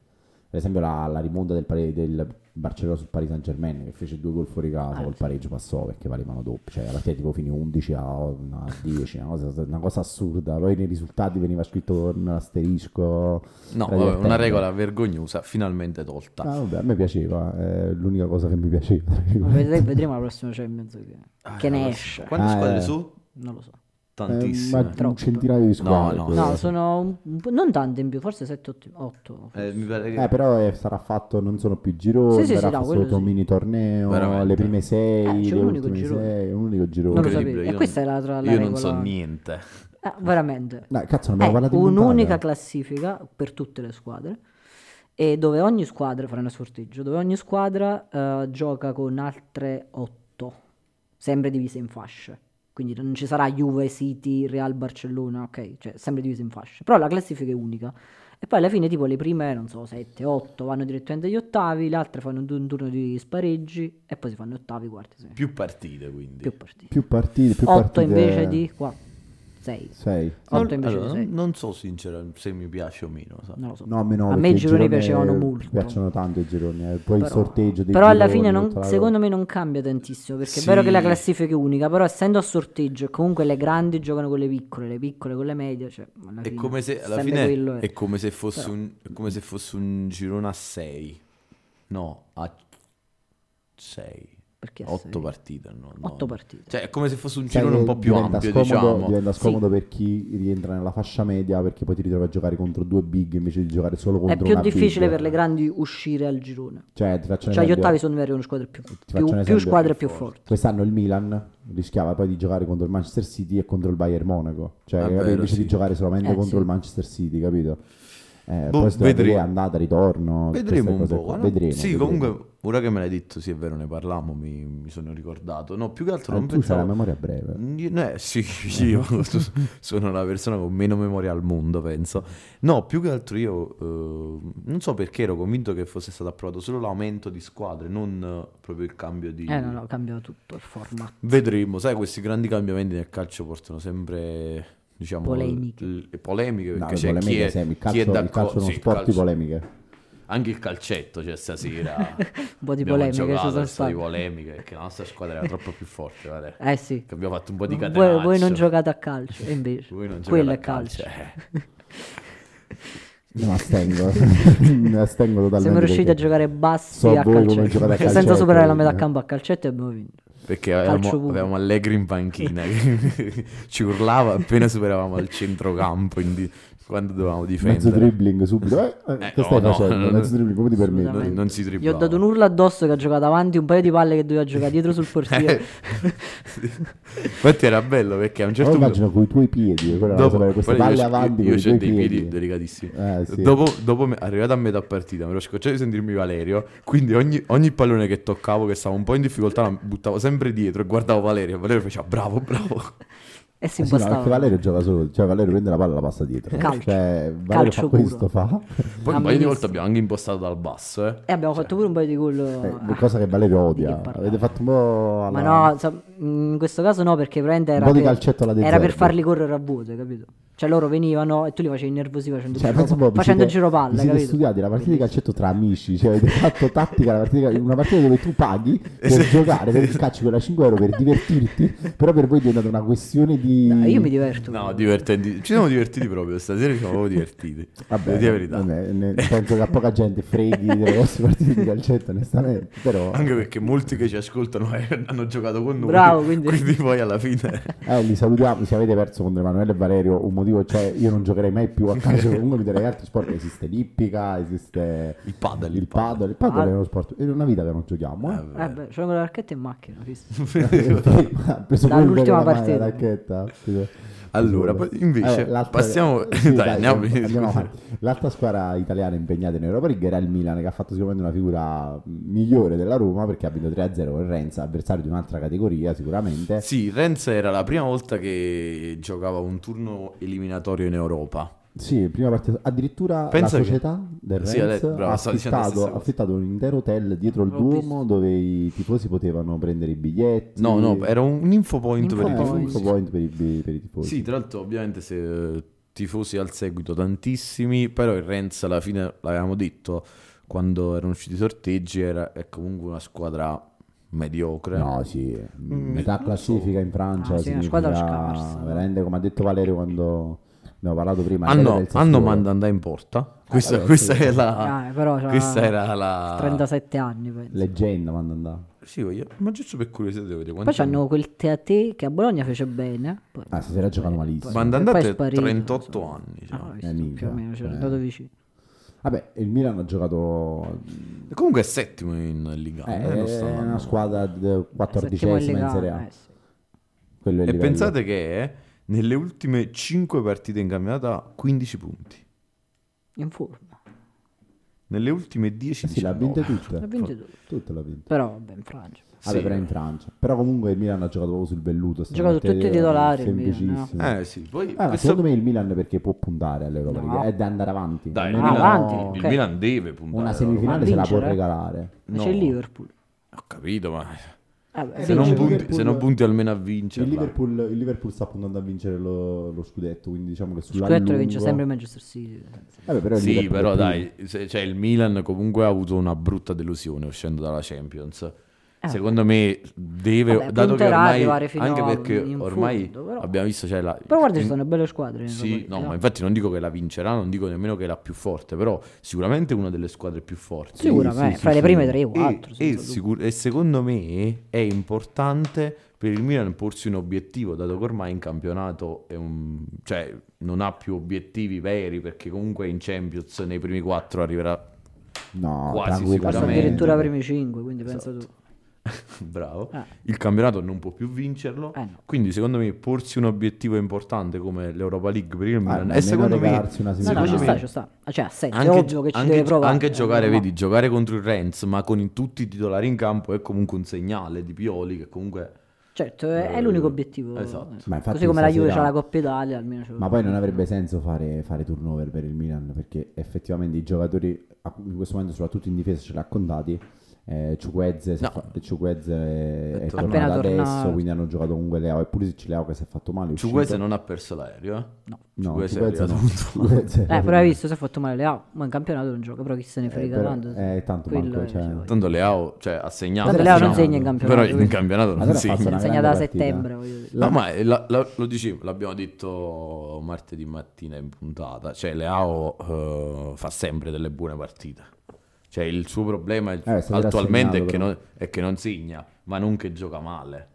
A: esempio, la, la rimonta del, pare- del Barcellona sul Paris Saint Germain che fece due gol fuori casa,
C: Ah,
A: col
C: sì.
A: pareggio passò perché valevano doppi. Cioè, la partita tipo finì 11 a, a 10, una cosa, una cosa assurda. Poi nei risultati veniva scritto un asterisco.
B: No,
A: Era
B: vabbè, una
A: divertente.
B: regola vergognosa, finalmente tolta.
A: Ah, vabbè, a me piaceva, è l'unica cosa che mi piaceva.
C: Ma
A: Eh,
C: vedre- vedremo la prossima Champions che, che ne esce.
B: Quante
A: Ah,
B: squadre
A: eh.
B: su?
C: Non lo so.
A: Eh,
B: Tantissime.
A: ma un centinaio di squadre.
B: No, no.
A: quello.
C: No, sono un- un po'- non tante in più, forse 7 8.
B: Eh, mi pare che...
A: Eh, però eh, sarà fatto, non sono più gironi,
C: Sì, sì, sì,
A: sarà
C: no,
A: fatto
C: quello
A: solo un
C: sì.
A: mini torneo,
B: Veramente.
A: le prime
C: Eh,
A: sei,
C: c'è
A: le
C: un unico
A: ultime
C: girone.
A: sei, un unico girone.
C: Non lo
B: Incredibile,
C: sapevo. E
B: io non-
C: questa è la- la
B: Io non
C: regola-
B: so niente.
C: Eh, veramente.
A: Dai, cazzo, non
C: È
A: abbiamo parlato di
C: Eh, un'unica
A: puntata.
C: classifica per tutte le squadre e dove ogni squadra farà uno sorteggio, dove ogni squadra eh, gioca con altre 8, sempre divise in fasce. Quindi non ci sarà Juve, City, Real, Barcellona, ok, cioè sempre divise in fasce. Però la classifica è unica E poi alla fine, tipo, le prime, non so, 7, 8 vanno direttamente agli ottavi, le altre fanno un un turno di spareggi e poi si fanno ottavi, quarti, semi.
B: Più partite quindi.
C: Più partite.
A: Più partite, più
C: 8
A: partite.
C: invece di qua. 6.
A: 6.
B: Non-
C: Otto invece di
B: Ah, allora,
C: sei.
B: non, non so sinceramente se mi piace o meno. sa.
C: Non lo so.
A: No, a me, no,
C: A me
A: perché
C: i gironi piacevano
A: eh,
C: molto.
A: Piacciono tanto i gironi, eh. poi il
C: Però-
A: sorteggio dei
C: Però alla
A: gironi,
C: fine, non-
A: tutta la roba.
C: secondo me, non cambia tantissimo. Perché
B: Sì.
C: è vero che la classifica è unica, però essendo a sorteggio, e comunque le grandi giocano con le piccole, le piccole con le medie. Cioè, alla
B: È
C: fine
B: come se alla
C: sempre quello
B: fine
C: è.
B: è come se fosse un è come se fosse un girone a 6. No, a 6.
C: Perché a
B: 8
C: sei?
B: partite, no, no.
C: Otto partite.
B: Cioè, è come se fosse un
A: Sai
B: girone un
A: che
B: po' più
A: diventa
B: ampio,
A: scomodo,
B: diciamo.
A: Diventa
C: Sì.
A: scomodo per chi rientra nella fascia media perché poi ti ritrovi a giocare contro due big invece di giocare solo contro
C: È più
A: una
C: difficile
A: big.
C: per le grandi uscire al girone.
A: Cioè, ti faccio un
C: Cioè, gli
A: esempio.
C: ottavi sono veri una squadra più, più,
A: faccio un
C: più
A: esempio.
C: squadre più forti.
A: Quest'anno il Milan rischiava poi di giocare contro il Manchester City e contro il Bayern Monaco. Cioè,
B: Ah,
A: capito?
B: vero,
A: invece
B: sì.
A: di giocare solamente
C: Eh,
A: contro
C: sì.
A: il Manchester City, capito? Eh,
B: Boh,
A: poi si dovrà
B: vedremo.
A: vedere andata, ritorno. tutte
B: Vedremo
A: queste
B: un
A: cose
B: po'.
A: qua.
B: guarda.
A: Vedremo.
B: sì,
A: vedremo. Eh,
B: comunque, ora che me l'hai detto, sì, è vero, ne parlavamo, mi, mi sono ricordato. No, più che altro
A: Eh,
B: non
A: tu c'hai la
B: pensavo...
A: memoria breve.
B: Io- no, eh, sì, io
C: Eh.
B: sono la persona con meno memoria al mondo, penso. No, più che altro io eh, non so perché ero convinto che fosse stato approvato solo l'aumento di squadre, non eh, proprio il cambio di...
C: Eh no, no, cambia tutto il format.
B: Vedremo, sai, questi grandi cambiamenti nel calcio portano sempre, diciamo,
C: Polemiche.
B: l- le polemiche,
A: No,
B: perché
A: le
B: c'è
A: polemiche,
B: chi è,
A: sempre. il,
B: chi
A: calcio,
B: è
A: il
B: d'accordo...
A: calcio è uno
B: sì, il
A: sport di
B: calcio-
A: polemiche.
B: anche il calcetto c'è stasera.
C: Un po' di
B: Abbiamo
C: polemiche ci
B: giocato,
C: sono
B: è stato di
C: state.
B: polemiche perché la nostra squadra era troppo più forte, guarda.
C: Eh sì.
B: Che abbiamo fatto un po' di
C: Voi-
B: catenaccio.
C: voi, non giocate a calcio, e invece.
B: Voi non
C: Quello è
B: giocate a eh.
C: calcio.
A: Mi astengo. Mi astengo totalmente.
C: Siamo riusciti a
A: perché-
C: giocare bassi
A: so
C: a
A: voi come
C: calcetto.
A: giocate a
C: senza
A: calcetto,
C: superare la metà
A: quindi.
C: campo a calcetto e abbiamo vinto.
B: Perché
C: Calcio
B: avevamo,
C: pubblico.
B: avevamo Allegri in panchina che ci urlava appena superavamo il centrocampo quindi quando dovevamo
A: Mezzo
B: difendere.
A: dribbling subito. Eh, eh,
B: Eh,
A: che
B: no,
A: stai
B: no,
A: facendo?
B: non-
A: Mezzo dribbling, come ti permetti?
B: Non, non si
C: Gli ho
B: triplava.
C: dato un urlo addosso che ha giocato avanti un paio di palle che doveva giocare dietro sul portiere.
B: Eh, Infatti era bello perché a un certo
A: Poi
B: punto...
A: immagino con i tuoi piedi, quella cosa,
B: Dopo,
A: queste
B: guarda,
A: palle
B: io, c'ho-
A: avanti
B: io,
A: con i
B: c'ho
A: tuoi
B: dei piedi
A: piedi.
B: delicatissimi.
A: Eh, sì.
B: Dopo, dopo me- arrivato a metà partita, mi ero scocciato di sentirmi Valerio. Quindi ogni, ogni pallone che toccavo, che stavo un po' in difficoltà, la buttavo sempre dietro e guardavo Valerio. E Valerio faceva bravo, bravo.
C: e si
A: Eh sì, no, perché
C: impostava.
A: Valerio gioca solo, cioè Valerio prende la palla e la passa dietro.
C: Calcio.
A: Cioè, Valerio
C: Calcio
A: fa
C: puro.
A: questo, fa.
B: Poi un paio di
C: Amministra.
B: volte abbiamo anche impostato dal basso. Eh.
C: e abbiamo fatto pure un paio di gol.
A: Eh,
C: ah,
A: cosa che Valerio odia.
C: di che
A: Avete fatto un po'... alla-
C: Ma no, sa- mm, in questo caso no, perché prende era,
A: po' di
C: per,
A: calcetto alla De
C: era per
A: Zerbi.
C: farli correre a vuoto, capito? Cioè loro venivano e tu li facevi nervosi facendo
A: Cioè,
C: giro,
A: pensa un po', vi
C: facendo
A: siete-
C: giro palla,
A: vi siete
C: capito?
A: studiati la partita di calcetto tra amici, cioè avete fatto tattica, la partita di- una partita dove tu paghi per giocare, per calci quella 5 euro per divertirti, però per voi è diventata una questione di...
C: Dai, io mi diverto.
B: No, divertenti. Ci siamo divertiti proprio. Stasera ci siamo proprio divertiti. Devo
A: Vabbè,
B: dire la verità.
A: vabbè, ne- penso che a poca gente freghi delle vostre partite di calcetto, onestamente, però...
B: Anche perché molti che ci ascoltano eh, hanno giocato con noi.
C: Bravo, quindi-
B: poi alla fine.
A: Eh, li salutiamo, se avete perso contro Emanuele e Valerio, un motivo cioè io non giocherei mai più a calcio, comunque mi darei altri sport, esiste l'ippica, esiste
B: Il padel,
A: il
B: il padel. Ah,
A: padel, il padel
C: Ah.
A: è uno sport, è una vita che non giochiamo, eh.
C: Eh beh, c'erano le archette in macchina, visto?
A: Ha preso quello
C: Dall'ultima
A: con la mano,
C: partita.
A: la racchetta, scusa.
B: Allora,
A: Scusa.
B: poi invece,
A: l'altra-
B: passiamo-
A: sì,
B: dai, andiamo-
A: andiamo
B: scusa.
A: avanti. L'altra squadra italiana impegnata in Europa League era il Milan, che ha fatto sicuramente una figura migliore della Roma perché ha vinto 3-0 con Renza, avversario di un'altra categoria sicuramente.
B: Sì, Renza era la prima volta che giocava un turno eliminatorio in Europa.
A: Sì, prima partita. Addirittura la
B: Pensa che-
A: società del
B: Sì, ha
A: Rennes
B: detto- bravo,
A: ha
B: stavo dicendo la
A: affittato,
B: stessa
A: ha
B: cosa.
A: affittato un intero hotel dietro il
C: L'ho
A: Duomo dove i tifosi potevano prendere i biglietti.
B: No, no, era un info point
C: Info
B: per i
A: Eh, un
C: point.
A: info
B: tifosi.
A: point per i, per i tifosi.
B: Sì, tra l'altro, ovviamente, se eh, tifosi al seguito tantissimi, però il Renz alla fine l'avevamo detto quando erano usciti i sorteggi, era, è comunque una squadra mediocre.
A: No, sì,
B: Mm,
A: metà
B: non
A: classifica in Francia
C: Ah, sì, una
A: significa
C: squadra scarsa, no?
A: veramente come ha detto Valerio quando ne ho parlato prima.
B: Hanno,
A: del Sassuolo.
B: hanno Mandanda in porta. Questa,
A: Eh, vabbè,
B: questa
A: sì.
B: è la.
C: Ah, però c'ha
B: Questa era la.
C: 37 anni, penso.
A: Leggenda quando andava.
B: Sì, voglio- ma giusto per curiosità devo vedere
C: Poi
B: quanti anni-
C: c'hanno quel Teate che a Bologna fece bene. Poi...
A: Ah, stasera giocano malissimo.
C: Ma-
B: Mandanda
C: Poi è
B: ha
C: sparito,
B: 38
C: insomma.
B: anni. cioè.
C: Ah,
A: Eh,
C: visto,
A: minchia,
C: più o meno, c'era
A: eh.
C: andato vicino.
A: Vabbè, il Milan ha giocato...
B: Comunque è settimo in Liga.
A: eh,
B: eh, non
A: è
B: sta andando
A: una
B: male.
A: squadra d-
C: Settimo in
A: quattordicesima in
C: Lega,
A: Serie A.
C: eh, sì.
A: Quello è il
B: E
A: livello.
B: pensate che è nelle ultime 5 partite in campionato ha 15 punti.
C: In forma.
B: Nelle ultime 10
A: Eh Sì, l'ha
B: 19.
A: vinta tutte.
C: Ha vinto tutto.
A: Tutte l'ha vinta.
C: Però vabbè, in Francia.
A: Vabbè,
B: Sì.
A: però in Francia. Però comunque il Milan ha giocato proprio sul velluto.
C: Ha giocato
A: stamattina,
C: tutti i titolari, il Milan,
A: Semplicissimo.
C: Mm.
B: Eh sì, poi
A: Ah, no,
B: questo-
A: Secondo me il Milan perché può puntare all'Europa
C: No.
A: League, è da andare avanti.
B: Dai, il,
A: Non
C: Ah,
B: Milan,
C: avanti,
B: il
C: ok.
B: Milan deve puntare.
A: Una
B: allora.
A: semifinale se la può
C: vincere? eh.
A: regalare.
C: Ma c'è il
B: No.
C: Liverpool. Ah,
B: Ho capito, ma
C: Eh, Vabbè,
B: se non,
A: il
B: punti,
A: Liverpool-
B: se non punti almeno a
A: Il
B: vincerla.
A: Liverpool, il Liverpool sta puntando a vincere lo, lo scudetto, quindi diciamo che sulla
C: Scudetto che
A: lungo-
C: vince sempre il Manchester City.
A: Eh beh, però il
B: Sì,
A: Liverpool è
B: però
A: primo.
B: dai, se- cioè, il Milan comunque ha avuto una brutta delusione uscendo dalla Champions.
C: Eh.
B: Secondo me deve,
C: Vabbè,
B: dato che
C: punterà ad
B: ormai,
C: arrivare fino
B: anche perché
C: in
B: ormai
C: fondo, però-
B: abbiamo visto, cioè, la,
C: Però guarda, ci
B: in-
C: sono belle squadre. in Europa
B: Sì,
C: League,
B: no,
C: no?
B: ma infatti non dico che la vincerà, non dico nemmeno che è la più forte, però sicuramente è una delle squadre più forti.
C: Sicuramente,
A: sì, sì,
C: fra le
A: sì.
C: prime 3 o
B: E,
C: 4.
B: e sicur- e secondo me è importante per il Milan porsi un obiettivo, dato che ormai in campionato è un- cioè, non ha più obiettivi veri, perché comunque in Champions nei primi quattro arriverà...
A: No,
B: Quasi
C: Passa
B: sicuramente.
C: addirittura ai primi 5, quindi pensa
B: Esatto.
C: tu.
B: Bravo.
C: Ah.
B: Il campionato non può più vincerlo.
C: Eh no.
B: Quindi secondo me porsi un obiettivo importante come l'Europa League
C: Ah,
B: per il Milan...
A: almeno
B: e Eh, secondo me...
A: regalarsi una
C: No, no,
B: Secondo
C: ci
A: semifinale.
C: sta,
B: me-
C: ci sta. Ah, Cioè, ha senso, è
B: Anche,
C: ovvio che ci
B: anche-
C: deve provare.
B: anche giocare,
C: eh,
B: vedi, giocare contro il Rennes, ma con in- tutti i titolari in campo è comunque un segnale di Pioli che comunque...
C: Certo, è, è
B: Eh,
C: l'unico obiettivo.
B: esatto.
C: eh.
A: Ma infatti
C: Così come la Juve
A: stasera-
C: c'ha la Coppa Italia, almeno c'è-
A: Ma poi non
C: Eh,
A: avrebbe senso fare, fare turnover per il Milan perché effettivamente i giocatori a- in questo momento soprattutto in difesa ce l'ha contati. Eh, Ciuquezze, si è
B: No.
A: fa- Ciuquezze è,
B: Appena
A: tornato adesso,
C: tornato.
A: quindi hanno giocato comunque Leo. Eppure se c'è Leo che si è fatto male. è uscito.
B: Ciuguese non ha perso l'aereo, eh?
A: no,
B: Ciuguese è
A: Ciuquezze no.
B: arrivato puntuale.
A: Ciuquezze-
C: Eh, però hai visto, si è fatto male Leao, ma in campionato non gioca, però chi se ne
A: Eh,
C: frega
A: però-
C: tanto.
A: eh, tanto
C: Quello
A: manco,
C: è-
A: cioè-
C: cioè,
B: Tanto Leao, cioè, ha segnato.
A: Tanto Leao non
B: diciamo,
A: segna in
C: campionato,
B: Però in
C: quindi.
B: campionato non
A: Allora ha fatto
B: segna.
A: una
C: Segna
A: grande
C: da
A: partita.
C: settembre, voglio dire.
B: No, ma la- la- lo dicevo, l'abbiamo detto martedì mattina in puntata. Cioè, Leao eh, fa sempre delle buone partite. Cioè, il suo problema è-
A: Eh, stasera ha
B: attualmente è
A: segnato,
B: che,
A: però.
B: non, è che non segna, ma non che gioca male.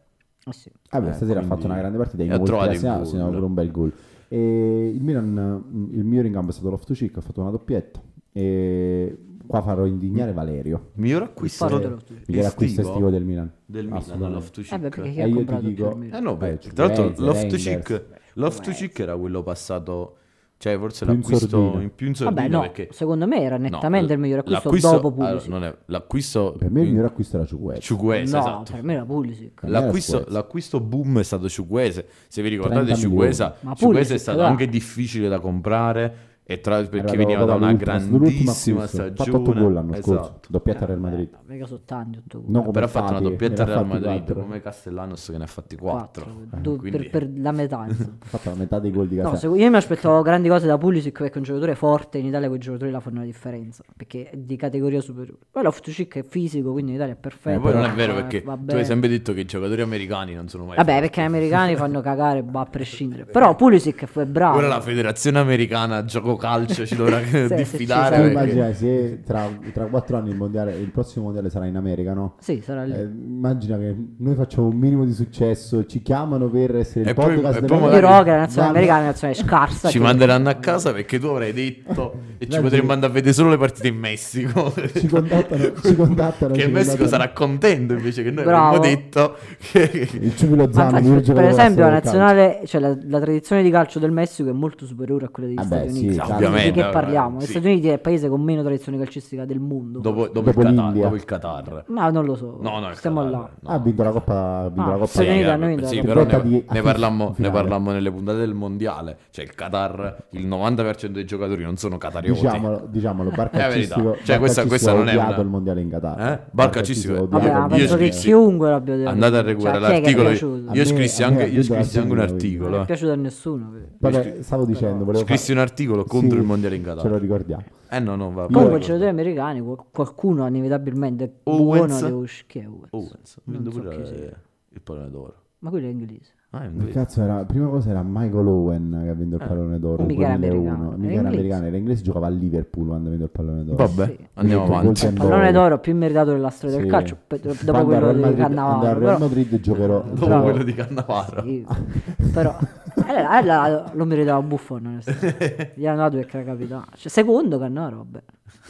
C: Ah, sì.
A: Ah, beh,
B: Eh,
A: stasera ha
B: quindi-
A: fatto una grande partita,
B: e
A: in
B: ha
A: molti
B: trovato
A: la
B: il
A: segnato,
B: gol.
A: segnava pure un bel gol. E il Milan, mh, il migliore in campo è stato Loftus-Cheek, ha fatto una doppietta. E qua farò indignare Valerio,
B: Miglior acquisto
C: Parlo dello studio.
A: perché era acquisto
B: estivo
A: estivo del Milan.
B: del Milan
A: Assolutamente.
B: Loftus
C: Eh, beh, perché chi
A: Eh,
C: ha
A: io ti
C: comprato più
A: dico-
C: il Milan?
B: Eh no,
A: Beh,
B: beh, tra l'altro
A: Ciuguenza,
B: Loftus-Cheek
A: Reinders.
B: Loftus-Cheek era quello passato, cioè forse
A: Più in
B: l'acquisto
A: sordina.
B: in più in sordina
C: Vabbè, no,
B: perché
C: secondo me era
B: no,
C: nettamente il miglior acquisto, dopo
B: allora,
C: Pulisic.
B: non è- l'acquisto
A: Per me il miglior acquisto era Ciuguez.
B: Ciuguese,
C: no,
B: esatto.
C: per me era Pulisic.
A: Per me era
B: L'acquisto,
A: Ciuguese.
B: l'acquisto boom è stato Ciuguese. Se vi ricordate
A: 30
B: Ciuguese,
C: milioni. Ma
B: Ciuguese
C: Pulisic,
B: è stato
C: là.
B: anche difficile da comprare e tra- perché
A: Era
B: veniva
A: proprio
B: da una
A: l'ultimo- l'ultimo
B: grandissima
A: acquisto.
B: stagione.
A: Ha fatto 8 gol l'anno
B: Esatto. eh.
A: scorso, doppietta del Madrid.
C: Vabbè, Eh, mica sono tanti, otto gol.
A: No, come
B: Però ha fatto una
A: Fati,
B: doppietta al
A: ne ha
B: Real
A: fatti
B: Madrid
A: quattro.
B: come Castellanos che ne ha fatti
C: Quattro,
B: 4.
C: due-
B: quindi-
C: per, per la metà. insomma.
A: Ha fatto la metà dei gol di
C: No,
A: casa.
C: se- io mi aspettavo grandi cose da Pulisic perché è un giocatore forte in Italia quei giocatori la fanno la differenza perché è di categoria superiore. Poi Loftus-Cheek è fisico, quindi in Italia è perfetto.
B: E Eh,
A: Eh,
B: poi non è
C: va-
B: vero perché
C: va
B: tu hai
C: bene.
B: sempre detto che i giocatori americani non sono mai.
C: Vabbè,
B: forti.
C: perché gli americani fanno cagare bah, a prescindere. Però Pulisic fu- è bravo.
B: Ora la federazione americana gioco calcio ci dovrà
C: se
B: diffidare.
C: ci
A: Tu
C: sarà.
B: perché-
A: immagina se tra, tra 4 anni il, mondiale, il prossimo mondiale sarà in America, no?
C: Sì, sarà lì.
A: Eh, immagina che noi facciamo un minimo di successo, ci chiamano per essere
B: E
A: il
B: poi-
A: podcast
B: e
A: del
B: poi
A: mondo.
B: magari-
C: Io però che la nazionale
A: Vanno-
C: americana è una nazionale scarsa.
B: Ci
C: che-
B: manderanno a casa perché tu avrai detto e ci
A: Immagini-
B: potremmo andare a vedere solo le partite in Messico.
A: Ci contattano, ci contattano.
B: Che
A: ci
B: il Messico
A: contattano.
B: sarà contento invece che noi
C: Bravo.
B: avremmo detto che...
A: Il Ciulo
C: Ma
A: Zamani,
C: infatti,
A: il
C: per
A: giocatore della
C: esempio, la
A: storia del calcio.
C: nazionale, cioè la, la tradizione di calcio del Messico è molto superiore a quella degli
A: Ah,
C: Stati
A: beh, sì,
C: Uniti.
A: certo.
C: Quindi Di
B: Ovviamente,
C: che parliamo?
B: sì.
C: Gli Stati Uniti è il paese con meno tradizione calcistica del mondo.
B: dopo, dopo
A: Dopo
B: il Qatar,
A: l'India.
B: dopo il Qatar.
C: Ma non lo so.
B: No, no, il
C: Stiamo
B: Qatar,
C: là.
B: no.
A: Ha vinto la Coppa, ha vinto
C: Ah,
A: la Coppa
C: Stati
B: Sì,
C: Uniti da
B: eh,
C: noi, da-
B: sì,
C: da-
B: però
A: da-
B: ne,
A: di-
B: ne parlammo, ne
A: finale.
B: parlammo nelle puntate del mondiale. Cioè, il Qatar, il 90% dei giocatori non sono catarioti.
A: Diciamolo, diciamolo,
B: È Eh, la verità.
A: Barcaccistico
B: Cioè, questa- questa non è
A: ha odiato
B: una-
A: il mondiale in Qatar.
B: Eh?
A: ha odiato
B: Barcaccistico-
C: Vabbè, ma
A: il
C: penso
A: mondiale.
C: che
B: Io scrissi-
C: chiunque l'abbia detto.
B: Andate a regolare
C: Cioè, a chi è che è
B: l'articolo.
C: piaciuto?
B: Io
A: A me-
B: scrissi,
A: a me
B: anche, io
A: ha dato
B: scrissi anche un
A: una vita.
C: Non è
B: articolo. eh.
C: piaciuto a nessuno.
A: Vabbè, stavo dicendo, volevo
B: Scrissi un articolo contro
A: Sì,
B: il mondiale in
A: Ce lo
B: Qatar.
A: ricordiamo.
B: Eh no, no, va
C: Comunque,
B: va-
C: i giocatori americani, qual- qualcuno inevitabilmente buono
B: Owens.
C: deve uscire. Chi è Owens?
B: Owens,
C: Non
B: vinto
C: so
B: pure
C: chi sia.
B: il pallone d'oro.
C: Ma quello è inglese.
B: Ah, è un
A: Che
B: inglese.
A: cazzo era? Prima cosa era Michael Owen che ha vinto il
B: Eh.
A: pallone d'oro. nel
C: Mica era
A: 2001. Mica
C: americano, era
A: era
C: inglese.
A: americano, era inglese, giocava a Liverpool quando ha vinto il pallone d'oro.
B: Vabbè,
C: Sì.
B: andiamo
A: Quindi,
B: avanti.
A: col tempo-
C: Cioè, Pallone d'oro più meritato della storia
A: Sì.
C: del calcio. pe- Dopo
A: Quando al
C: quello
A: Real
C: di
A: Madrid- quando al Real
C: Cannavaro. però-
A: Madrid giocherò.
B: Dopo
A: giocherò-
B: quello di Cannavaro.
C: Sì, però eh, allora, allora lo meritava Buffon onestamente. gli hanno dato perché era capitano cioè, secondo Cannaro vabbè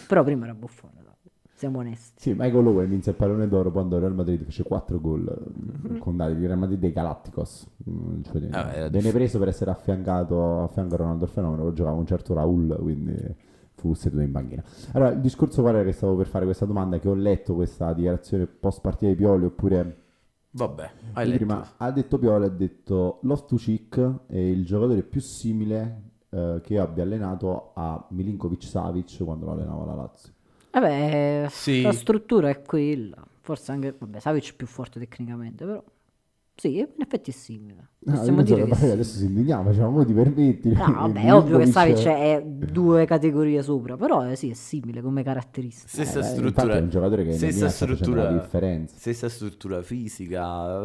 C: però prima era Buffon dai. siamo onesti
A: Sì, Michael Owen vinse il pallone d'oro quando il Real Madrid fece 4 gol. Contate il Real Madrid dei Galacticos. Mm, cioè,
B: Mhm. Ah, era
A: venne preso per essere affiancato a fianco a Ronaldo il Fenomeno. Giocava un certo Raul, quindi fu seduto in banchina. Allora, il discorso qual era che stavo per fare questa domanda, che ho letto questa dichiarazione post partita di Pioli, oppure
B: Vabbè, hai letto.
A: prima ha detto Pioli, ha detto Love to Chic è il giocatore più simile eh, che io abbia allenato a Milinkovic Savic quando lo allenava la Lazio.
C: Vabbè,
B: Sì.
C: la struttura è quella. Forse anche, vabbè, Savic è più forte tecnicamente, però. Sì, in effetti è simile.
A: Ah, io
C: Possiamo
A: pensavo
C: dire
A: che
C: che
A: magari
C: sì.
A: adesso si indignava, cioè, ma ti permetti?
C: No, vabbè, è ovvio che cioè, Savic è due categorie sopra, però eh, sì, è simile come caratteristica.
B: Stessa
A: Eh, infatti
B: struttura.
A: è un giocatore che nel
B: stessa
A: Milan sta facendo
B: struttura.
A: la differenza.
B: Stessa struttura fisica.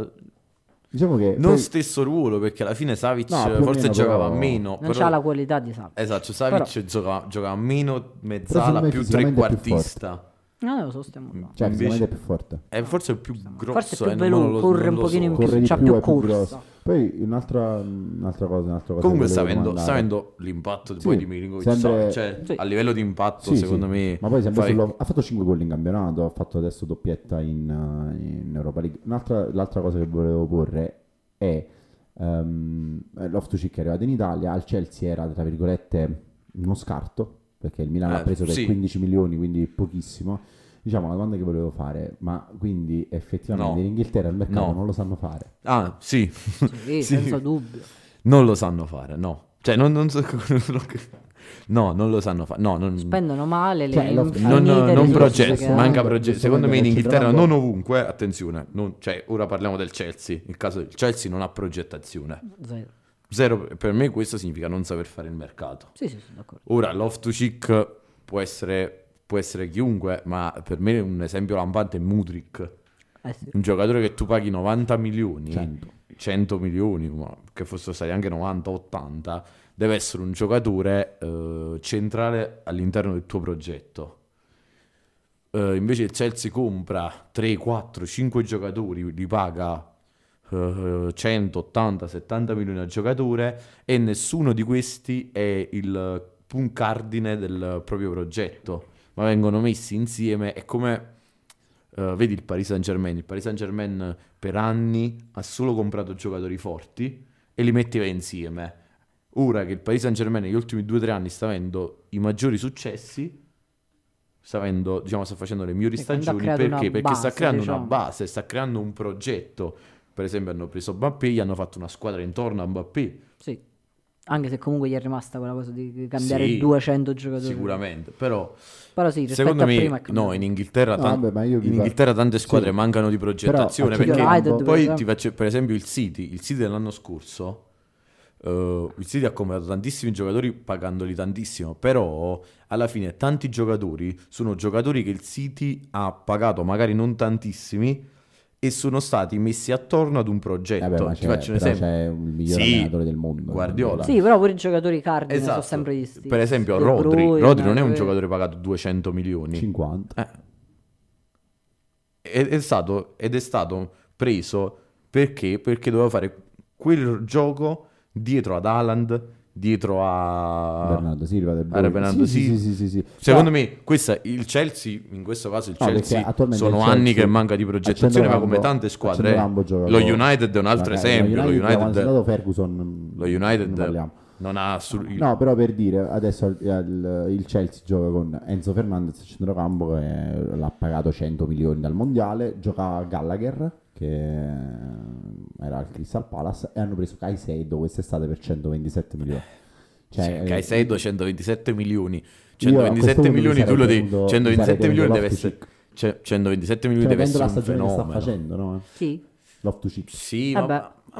A: Diciamo che
B: Non
A: poi-
B: stesso ruolo, perché alla fine Savic
A: No, più o
B: forse
A: meno,
B: giocava
A: però-
B: meno.
C: Non
B: però-
C: ha la qualità di Savic.
B: Esatto, Savic giocava, giocava meno mezzala,
A: secondo me
B: più
A: fisicamente è più
B: trequartista.
C: No, lo so, stiamo là.
A: cioè,
B: invece-
A: fisicamente è più forte.
B: È forse il più grosso.
C: Forse è più
B: eh, non
C: veloce,
B: lo-
C: corre
B: non
C: un
B: lo
C: pochino in
B: so.
C: più.
A: Corre di
C: c'ha
A: più,
C: più
A: è più
C: corsa.
A: grosso. Poi un'altra, un'altra cosa, un'altra cosa
B: Comunque
A: che
B: sta
A: volevo
B: avendo,
A: domandare.
B: sta avendo l'impatto di
A: Sì,
B: poi di Milinkovic
A: sempre-
B: Savic, cioè,
C: Sì.
B: a livello di impatto
A: Sì,
B: secondo
A: sì.
B: me
A: Ma poi siamo
B: fai-
A: sullo- ha fatto 5 gol in campionato, ha fatto adesso doppietta in, eh, in Europa League. Un'altra, l'altra cosa che volevo porre è ehm Loftus-Cheek è arrivato in Italia, al Chelsea era tra virgolette uno scarto, perché il Milan
B: Eh,
A: l'ha preso per
B: sì.
A: 15 milioni, quindi pochissimo. Diciamo la domanda che volevo fare, ma quindi effettivamente
B: No.
A: in Inghilterra il mercato
B: No.
A: non lo sanno fare.
B: Ah, sì,
C: Sì,
B: Sì. Mm.
C: senza dubbio.
B: non lo sanno fare, no. Cioè, non, non so... no, non lo sanno fare. No, non...
C: Spendono male le
A: Cioè, lo-
C: infinite
B: non,
A: Finite
B: non
A: le
B: progetto,
A: risorse che
B: manca
A: hanno.
B: progetto. Secondo me in
A: Non ci
B: Inghilterra
A: trovano.
B: non ovunque, attenzione, non- cioè, ora parliamo del Chelsea, il caso del Chelsea non ha progettazione.
C: Zero.
B: Zero, per me questo significa non saper fare il mercato.
C: Sì, sì, sono d'accordo.
B: Ora, l'off to chic può essere, può essere chiunque, ma per me un esempio lampante è Mudrik,
C: Eh sì.
B: un giocatore che tu paghi 90 milioni,
A: 100.
B: 100 milioni, ma che fossero stati anche 90-80, deve essere un giocatore eh, centrale all'interno del tuo progetto. Eh, invece il Chelsea compra 3, 4, 5 giocatori, li paga eh, 180, 70 milioni a giocatore e nessuno di questi è il pun cardine del proprio progetto, ma vengono messi insieme. È come eh, vedi il Paris Saint Germain. Il Paris Saint Germain per anni ha solo comprato giocatori forti e li metteva insieme. Ora che il Paris Saint Germain negli ultimi 2-3 anni sta avendo i maggiori successi, sta, avendo, diciamo, sta facendo le migliori
C: E quando ha
B: stagioni
C: creato
B: perché?
C: una
B: Perché sta
C: base,
B: creando una
C: diciamo.
B: base, sta creando un progetto. Per esempio, hanno preso Mbappé, gli hanno fatto una squadra intorno a Mbappé.
C: Sì. Anche se comunque gli è rimasta quella cosa di cambiare
B: Sì,
C: 200 giocatori.
B: Sicuramente, però
C: Però sì, rispetto
B: secondo
C: a prima
B: me
C: è cambiato.
B: no, in Inghilterra,
A: No,
B: tan-
A: vabbè, ma io vi
B: in
A: par-
B: Inghilterra tante squadre
A: Sì.
B: mancendo di progettazione
A: Però,
B: perché
A: United,
C: per
B: poi
C: esempio.
B: ti faccio per esempio il City, il City dell'anno scorso eh, il City ha comprato tantissimi giocatori pagandoli tantissimo, però alla fine tanti giocatori sono giocatori che il City ha pagato magari non tantissimi e sono stati messi attorno ad un progetto.
A: Eh, Vabbè, ma
B: ti
A: c'è,
B: faccio un
A: però
B: esempio.
A: c'è il miglior
B: Sì,
A: allenatore del mondo.
B: Guardiola.
C: Sì, però pure i giocatori cardine sono
B: Esatto.
C: sempre gli stessi.
B: Per esempio
C: De
B: Rodri,
C: Bruyne,
B: Rodri non è un
C: eh,
B: giocatore pagato 200 milioni.
A: 50.
B: Ed Eh. è stato, ed è stato preso perché? Perché doveva fare quel gioco dietro ad Haaland, dietro a...
A: Bernardo Silva del
B: Ah. Era
A: Bologna.
B: Bernardo
A: sì,
B: Silva.
A: Sì, sì, sì, sì.
B: Secondo
A: No,
B: me questa, il Chelsea, in questo caso il
A: no, perché
B: Chelsea,
A: attualmente
B: sono
A: il Chelsea-
B: anni che manca di progettazione,
A: a
B: ma come
A: centrocampo-
B: tante squadre.
A: a
B: eh.
A: centrocampo gioca
B: Lo
A: con-
B: United è un altro
A: Vabbè,
B: esempio, lo
A: Lo United, quando
B: United,
A: è andato Ferguson,
B: lo United
A: ne parliamo.
B: non ha... assolut-
A: No, però per dire, adesso al- al- il Chelsea gioca con Enzo Fernandez a centrocampo che l'ha pagato 100 milioni dal mondiale, gioca Gallagher che era al Crystal Palace e hanno preso Caicedo quest'estate per 127 milioni.
B: Cioè,
A: eh,
B: Caicedo 127 milioni.
A: io a questo
B: 127
A: punto mi
B: milioni tu
A: sarei
B: lo devi.
A: tenuto- mi
B: 127
A: sarei
B: milioni
A: tenuto
B: deve essere.
A: Loftus-Cheek.
B: cioè, 127 milioni
A: cioè,
B: deve
A: vedendo la
B: essere un
A: stagione che sta
B: fenomeno.
A: facendo, no?
C: Chi?
A: Love to Chip.
B: Sì,
C: Eh
B: ma,
C: beh.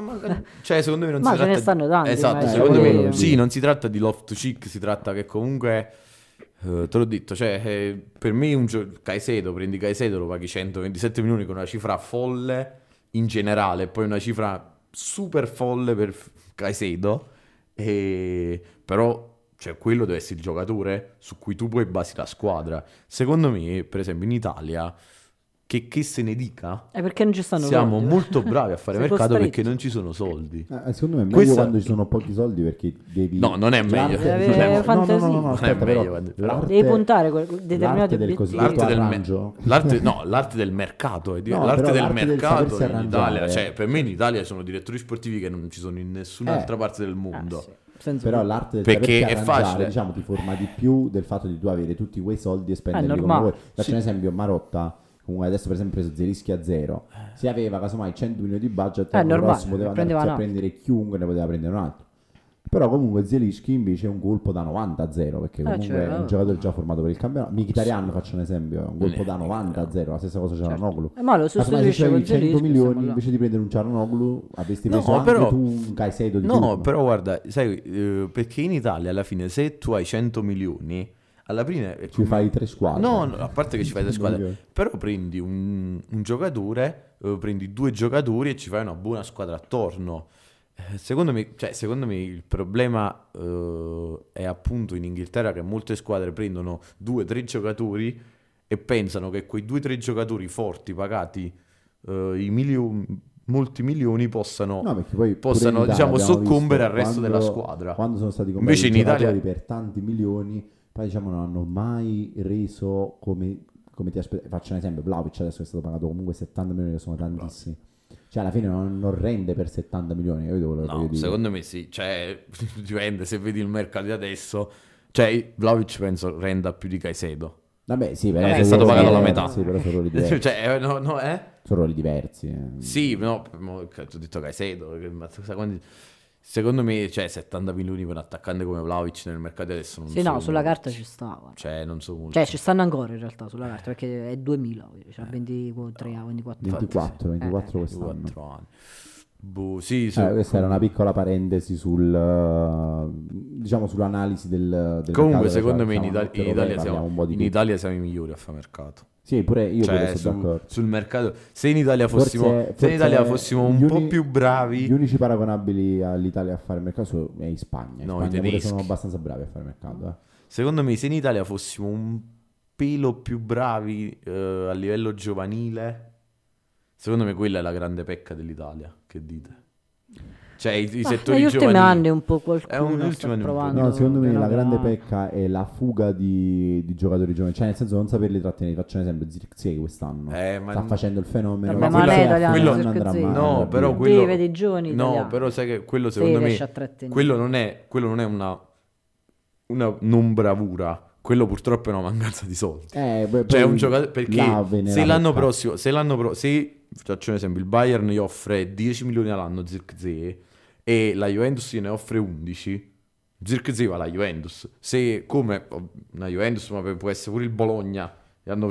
B: ma magari- cioè, secondo me non
C: Ma
B: si
C: ce
B: tratta.
C: ne stanno tanti,
B: Esatto,
A: ma-
B: secondo
A: Eh,
B: me
A: quello
B: sì,
A: dico.
B: non si tratta di love to chic, si tratta che comunque. eh, te l'ho detto, cioè, eh, per me un gio- Caicedo, prendi Caicedo, lo paghi 127 milioni con una cifra folle in generale, poi una cifra super folle per f- Caicedo, e- però cioè, quello deve essere il giocatore su cui tu poi basi la squadra. Secondo me, per esempio, in Italia, che, che se ne dica,
C: È perché non ci stanno
B: siamo
C: soldi.
B: molto bravi a fare
C: Sei
B: mercato
C: costretti.
B: perché non ci sono soldi.
A: Eh, secondo me è meglio
B: Questa-
A: quando ci sono pochi soldi perché devi...
B: No, non è meglio.
A: L'arte-
C: Devi avere
A: no, no, no, no, no,
C: fantasia.
A: aspetta,
B: Non è meglio,
A: però,
B: guarda.
A: l'arte-
C: Devi puntare quel- determinati
A: l'arte del
C: obiettivi.
A: cosiddetto
B: L'arte del, me-
A: arrangio.
B: l'arte- no, l'arte del mercato. eh, di-
A: No,
B: l'arte
A: però
B: del
A: l'arte del
B: mercato
A: sapersi
B: in
A: arrangiare.
B: Italia. Cioè, per me in Italia ci sono direttori sportivi che non ci sono in nessun'altra
A: Eh.
B: parte del
C: Ah,
B: mondo.
C: sì. senza
A: Però
C: dubbio.
A: l'arte del
B: Perché
A: saperti
B: è
A: arrangiare,
B: facile.
A: diciamo, ti forma di più del fatto di tu avere tutti quei soldi e spenderli come
C: normale.
A: vuoi. Faccio un esempio, Marotta, comunque adesso per esempio ha preso Zelischi a zero, se aveva casomai 100 milioni di budget,
C: È
A: l'anno
C: normale,
A: prossimo poteva
C: prendeva
A: andarsi a
C: un altro.
A: prendere chiunque, ne poteva prendere un altro. Però comunque Zelischi invece è un colpo da 90 a 0, perché
C: Eh,
A: comunque
C: cioè,
A: è
C: vabbè.
A: un giocatore già formato per il campionato. Mkhitaryan, faccio un esempio, è un colpo
B: Eh,
A: da 90 a 0, la stessa cosa c'è
C: Certo.
A: Cialanoglu.
C: Eh, ma lo
B: Ah,
A: Casomai se
C: sostituisce
A: c'avevi
C: con
A: 100
C: Zelinski,
A: milioni
C: siamo là.
A: invece di prendere un Cialanoglu avresti
B: No,
A: preso anche
B: però-
A: tu un Caicedo di
B: No,
A: turno.
B: però guarda, sai, eh, perché in Italia alla fine se tu hai 100 milioni, alla fine... è
A: ci
B: come-
A: fai tre squadre.
B: No, no, a parte che ci fai due squadre,
A: Milioni.
B: però prendi un, un giocatore, eh, prendi due giocatori e ci fai una buona squadra attorno. Eh, Secondo me, cioè, secondo me il problema eh, è appunto in Inghilterra che molte squadre prendono due o tre giocatori e pensano che quei due o tre giocatori forti pagati eh, i milio- molti milioni possano...
A: No, perché poi pure
B: possano,
A: in Italia
B: diciamo,
A: abbiamo visto
B: soccombere al
A: quando-
B: resto della squadra.
A: Quando sono stati comprati
B: Invece in Italia-
A: giocatori per tanti milioni, poi diciamo non hanno mai reso come, come ti aspettavi. Faccio un esempio, Vlaovic adesso è stato pagato comunque 70 milioni, che sono tantissimi. Cioè alla fine non, non rende per 70 milioni, capito quello che voglio
B: No,
A: dire?
B: secondo me sì, cioè, dipende se vedi il mercato di adesso, cioè, Vlaovic penso renda più di Caicedo.
A: Vabbè sì, però...
B: Eh, è
A: sono
B: stato
A: ruoli
B: pagato la
A: diversi,
B: metà.
A: Sì, però sono ruoli diversi.
B: cioè, eh, no, no, eh?
A: sono ruoli diversi. eh.
B: Sì, no, mo- ti ho detto Caicedo, che- ma sa quanti- secondo me, cioè, 70 milioni per un attaccante come Vlaovic nel mercato di adesso non
C: Sì,
B: sono
C: no, sulla
B: molti.
C: carta ci sta. guarda.
B: Cioè, non so Eh. molto.
C: Cioè, ci stanno ancora in realtà sulla carta perché è 2000, voglio dire, cioè 23 a
B: Infatti,
C: 24 Eh,
A: 24, 24 quest'anno.
B: 24 anni. Boh, sì, sì.
A: Eh, questa era una piccola parentesi sul, eh, diciamo, sull'analisi del, del
B: Comunque,
A: mercato,
B: secondo
A: cioè,
B: me in,
A: diciamo,
B: Ita- in
A: europeo,
B: Italia
A: parliamo
B: siamo,
A: un po' di
B: in
A: tutto.
B: Italia siamo i migliori a fare mercato.
A: Sì, pure io
B: Cioè,
A: pure sono
B: su-
A: d'accordo.
B: sul mercato se in Italia fossimo,
A: Forse-
B: se in
A: forse
B: Italia fossimo un
A: gli
B: po'
A: uni-
B: più bravi
A: Gli unici paragonabili all'Italia a fare mercato sono- è in Spagna. In
B: No, i
A: Spagna pure
B: tedeschi.
A: sono abbastanza bravi a fare mercato. eh.
B: secondo me se in Italia fossimo un pelo più bravi eh, a livello giovanile secondo me quella è la grande pecca dell'Italia che dite cioè i, i
C: Ma
B: settori
C: negli ultimi
B: giovanili
C: anni un po' qualcuno
B: È un-
C: sta
B: ultimi anni un po'.
C: provando
A: No, secondo me
C: però
A: la grande
C: no.
A: pecca è la fuga di, di giocatori giovani. Cioè, nel senso, non saperli trattenere. Faccio un esempio: Zirkzee quest'anno
B: Eh, ma-
A: sta facendo il fenomeno.
C: Vabbè,
B: Eh, ma non è
A: Zirkzee a
B: italiano,
A: fine anno
C: Zirkzee.
A: andrà male,
B: No,
A: per
B: però
A: dire.
B: que- quello-
C: Sì, vedi i giovani
B: no
C: italiani.
B: però sai che quello
C: Se
B: secondo
C: riesce a
B: me
C: trattenere.
B: quello non è quello non è una una non bravura quello purtroppo è una mancanza di soldi
A: Eh, beh,
B: Cioè,
A: poi
B: un giocatore
A: là
B: perché
A: ve ne
B: se
A: la
B: l'anno
A: pecca.
B: prossimo, se l'anno pro- se faccio un esempio, il Bayern gli offre 10 milioni all'anno Zirkzee e la Juventus ne offre 11, Zirkzee va alla Juventus. Se come la Juventus, ma può essere pure il Bologna, l'anno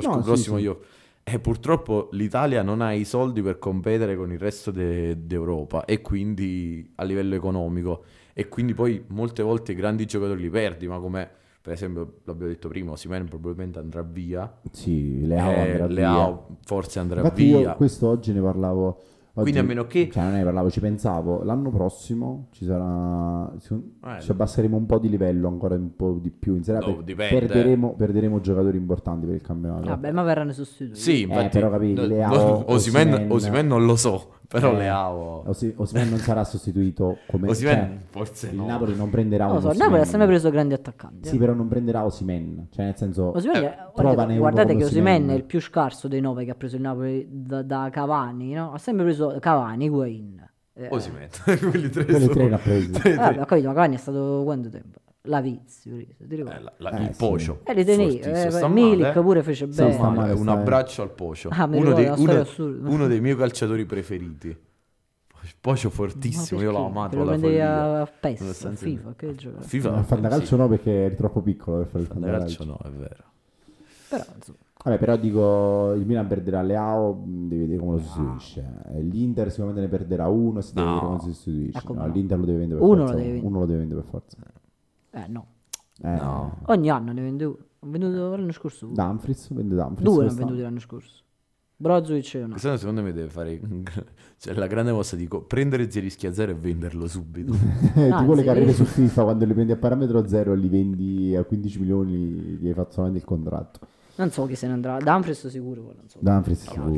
A: No, sì,
B: prossimo
A: sì.
B: gli offre. E purtroppo l'Italia non ha i soldi per competere con il resto de- d'Europa e quindi a livello economico e quindi poi molte volte i grandi giocatori li perdi, ma come per esempio l'abbiamo detto prima, Osimhen probabilmente andrà via,
A: Sì, Leao
B: eh,
A: andrà via.
B: Leao forse andrà
A: Infatti
B: via.
A: io questo oggi ne parlavo. oggi-
B: Quindi a meno che-
A: Cioè non ne parlavo, ci pensavo. L'anno prossimo ci sarà... si-
B: Eh,
A: ci abbasseremo un po' di livello, ancora un po' di più in Serie A,
B: No,
A: per-
B: dipende.
A: Perderemo, perderemo giocatori importanti per il campionato.
C: Vabbè, ma verranno sostituiti.
B: Sì,
A: Eh,
B: infatti,
A: però capì,
B: no,
A: Leao,
B: no, Osimhen,
A: Osimhen-
B: Osimhen non lo so, però
A: Eh,
B: Leao...
A: Osi- Osimhen non sarà sostituito come...
B: Osimhen
A: cioè,
B: forse
A: il
B: no.
A: Napoli non prenderà un
C: Non lo so, il
A: Osimhen.
C: Napoli ha sempre preso grandi attaccanti. eh.
A: Sì, però non prenderà Osimen. Cioè nel senso...
C: Osimhen
B: Eh,
C: è- guardate-
A: trovane uno
C: guardate
A: come
C: che Osimhen
A: Osimhen.
C: è il più scarso dei nove che ha preso il Napoli da, da Cavani, no? Ha sempre preso Cavani, Guain.
B: Osimhen, quelli tre
A: Quelli
B: sono-
A: tre l'ha preso.
B: tre-
C: eh, ho capito, ma Cavani è stato quanto tempo? La Vizio, ti ricordi?
B: Eh, la- la-
A: Eh,
B: il
A: sì.
B: pocio.
C: Eh, li tenevi,
B: fortissimo,
C: eh,
B: sta
C: Milik
B: male, eh.
C: pure fece
A: Sta
C: bene.
B: Sta
A: male.
B: male, un
A: sta-
B: abbraccio al pocio.
C: Ah, mi
B: uno,
C: ricordo,
B: dei,
C: una
B: uno-
C: storia assurda.
B: uno dei miei calciatori preferiti. Pocio fortissimo,
C: Ma
B: io l'ho
C: perché?
B: amato.
C: Lo
B: la
C: prendevi
B: follia.
C: a PES,
B: Una stanza-
C: FIFA, che giocava?
B: FIFA,
A: A fantacalcio
B: sì,
A: no perché è troppo piccolo per fare il
B: fantacalcio
A: fantacalcio.
B: no, è vero.
C: Però, insomma,
A: Vabbè, però dico, il Milan perderà Leao, mh, devi vedere come lo sostituisce. Eh, L'Inter sicuramente ne perderà uno, si deve
B: No.
A: vedere come si sostituisce.
C: Ah, come
A: No,
C: no?
A: L'Inter lo deve vendere per
C: Uno
A: forza.
C: lo deve vendere.
A: Uno lo deve vendere per forza.
C: eh, no.
A: Eh,
B: No.
C: Ogni anno ne vende uno. Ho venduto l'anno scorso uno.
A: Dumfries, vende Dumfries.
C: Due ne ho
A: quest'anno.
C: venduti l'anno scorso. Brozovic e un altro.
B: Quest'anno secondo me deve fare cioè, la grande mossa dico prendere Zerischi a zero e venderlo subito.
A: Eh, tipo
C: Anzi,
A: le carriere
C: io-
A: su FIFA, quando li prendi a parametro zero e li vendi a 15 milioni, gli hai fatto solamente il contratto.
C: Non so chi se ne andrà. Dumfries sicuro, poi non so.
A: Dumfries sicuro.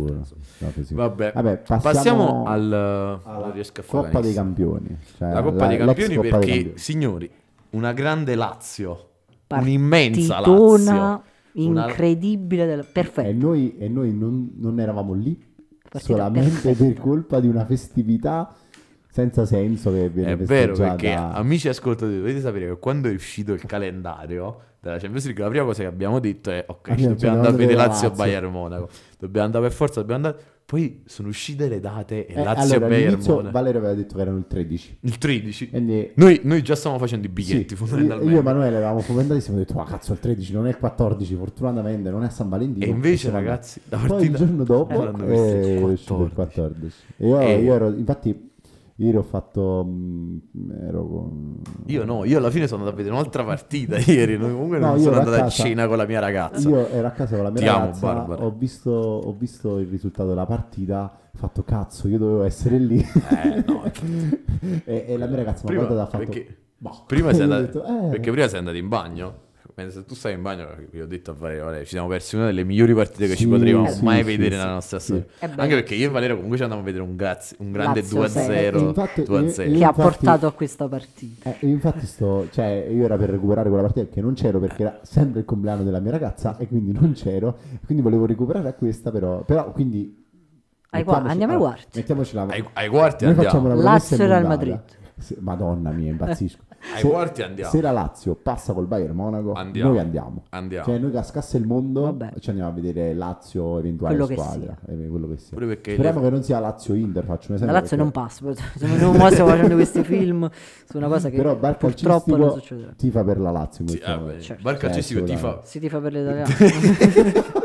A: Dumfries sicuro.
B: Vabbè,
A: Vabbè,
B: passiamo,
A: passiamo
B: al
A: alla
B: non riesco a fare
A: Coppa dei
B: niente.
A: Campioni. Cioè,
B: La Coppa dei
A: l'ex
B: Campioni
A: Coppa dei
B: perché
A: Campioni.
B: signori, una grande Lazio,
C: Partitona
B: un'immensa Lazio. Una-
C: incredibile. del-
A: E
C: Perfetto.
A: noi, e noi non, non eravamo lì
C: Partita
A: solamente
C: perfetta.
A: per colpa di una festività senza senso che viene
B: È vero
A: festeggiata.
B: perché amici ascoltatori dovete sapere che quando è uscito il calendario della Champions League la prima cosa che abbiamo detto è ok
A: Abbiamo-
B: dobbiamo andare
A: dobbiamo
B: a vedere
A: vedere
B: Lazio
A: Lazio.
B: Bayern Monaco dobbiamo andare per forza dobbiamo andare poi sono uscite le date e eh.
A: Eh,
B: Lazio
A: allora,
B: Bayern
A: all'inizio
B: Monaco
A: Valerio aveva detto che erano il 13.
B: il 13
A: Quindi
B: noi, noi già stiamo facendo i
A: Sì,
B: biglietti
A: Io e
B: fondamentalmente
A: Manuele eravamo fomentati e siamo detto, ah cazzo il 13 non è il 14, fortunatamente non è a San Valentino.
B: e invece
A: Questo va-
B: ragazzi la
A: Poi il
B: partita
A: giorno dopo
B: l'hanno visto il
A: è uscito il
B: 14.
A: 14. E Io,
B: Eh.
A: io ero, infatti, ieri ho fatto... mh, ero con-
B: io no io alla fine sono andato a vedere un'altra partita ieri no, comunque
A: No,
B: non
A: io
B: sono
A: ero a
B: andato a
A: casa.
B: cena con la mia ragazza
A: Io ero a casa con la mia
B: Ti amo,
A: ragazza,
B: Barbara.
A: ho visto, ho visto il risultato della partita, ho fatto cazzo, io dovevo essere lì.
B: eh no
A: e, e Eh, la mia ragazza mi ha
B: Prima-
A: guardato e ha fatto...
B: perché-
A: "Boh".
B: Prima sei
A: Io ho
B: andato,
A: detto, "Eh".
B: perché prima sei andato in bagno. Mentre se tu stai in bagno, vi ho detto a Valerio, Valerio, ci siamo persi una delle migliori partite che ci
A: Sì,
B: potremmo
A: sì,
B: mai
A: sì,
B: vedere
A: sì,
B: nella nostra
A: sì.
B: storia.
C: Eh beh,
B: Anche perché io e Valerio comunque ci andavamo a vedere un, grazio- un grande
C: Lazio
B: 2-0.
A: sei. Eh, infatti,
B: 2-0.
A: io-
C: che ha
A: infatti-
C: portato a questa partita.
A: Eh, io infatti sto, cioè io era per recuperare quella partita che non c'ero perché era sempre il compleanno della mia ragazza e quindi non c'ero, quindi volevo recuperare a questa però, però quindi...
C: Ai qua-
A: mettiamoci-
C: andiamo ai
A: allora,
C: quarti.
A: Mettiamoci la
B: Ai, ai quarti
A: Noi facciamo
B: andiamo.
A: una
C: Lazio
A: promessa
C: e Real
A: immondata.
C: Madrid.
A: Se- Madonna mia, impazzisco.
B: Ai
A: Se-
B: quarti andiamo.
A: Se la Lazio passa col Bayern Monaco,
B: Andiamo.
A: noi andiamo.
B: Andiamo.
A: Cioè noi cascasse il mondo,
C: Vabbè.
A: ci andiamo a vedere Lazio eventuale
C: Quello che
A: squadra, eh, quello che sia.
B: Pure perché
A: Speriamo che non sia Lazio Inter, faccio un
C: La
A: esempio. perché-
C: Lazio non passa, però- cioè, non mo stiamo facendo questi film su una cosa che
A: Però bar
C: purtroppo non
A: calcistico
C: succederà.
A: tifa per la Lazio. in
B: Sì,
A: questo
B: ah,
A: momento.
B: beh,
C: Certo.
B: Barca Cessico ti fa.
A: assolutamente.
C: Si tifa per l'italiano.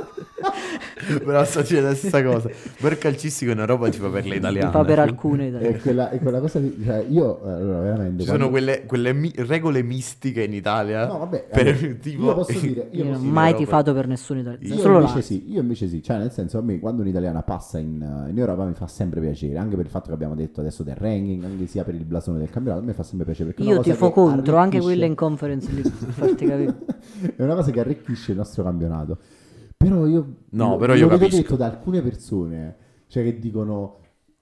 B: Però sta succedendo la stessa cosa. Barca Calcistico in Europa ti fa per le italiane.
C: Ti fa per alcune italiane.
A: è quella, è quella cosa che cioè, io eh, allora veramente
B: Ci
A: quando-
B: sono quelle, quelle mi- regole mistiche in Italia.
A: no vabbè
B: per
A: allora,
B: tipo-
A: io posso dire
C: Io
A: io,
C: non ho
A: posso-
C: mai
B: Europa.
C: tifato per nessun italiano.
A: io
C: Solo
A: invece
C: là.
A: sì io invece sì cioè nel senso a me quando un'italiana passa in, eh, in Europa mi fa sempre piacere anche per il fatto che abbiamo detto adesso del ranking anche sia per il blasone del campionato mi fa sempre piacere perché è
C: Io
A: una cosa
C: tifo
A: che
C: contro, anche
A: arricchisce-
C: quelle in conference lì, per farti capire.
A: è una cosa che arricchisce il nostro campionato. Però io
B: No,
A: lo-
B: però
A: lo
B: io
A: vedo
B: capisco.
A: detto da alcune persone, cioè che dicono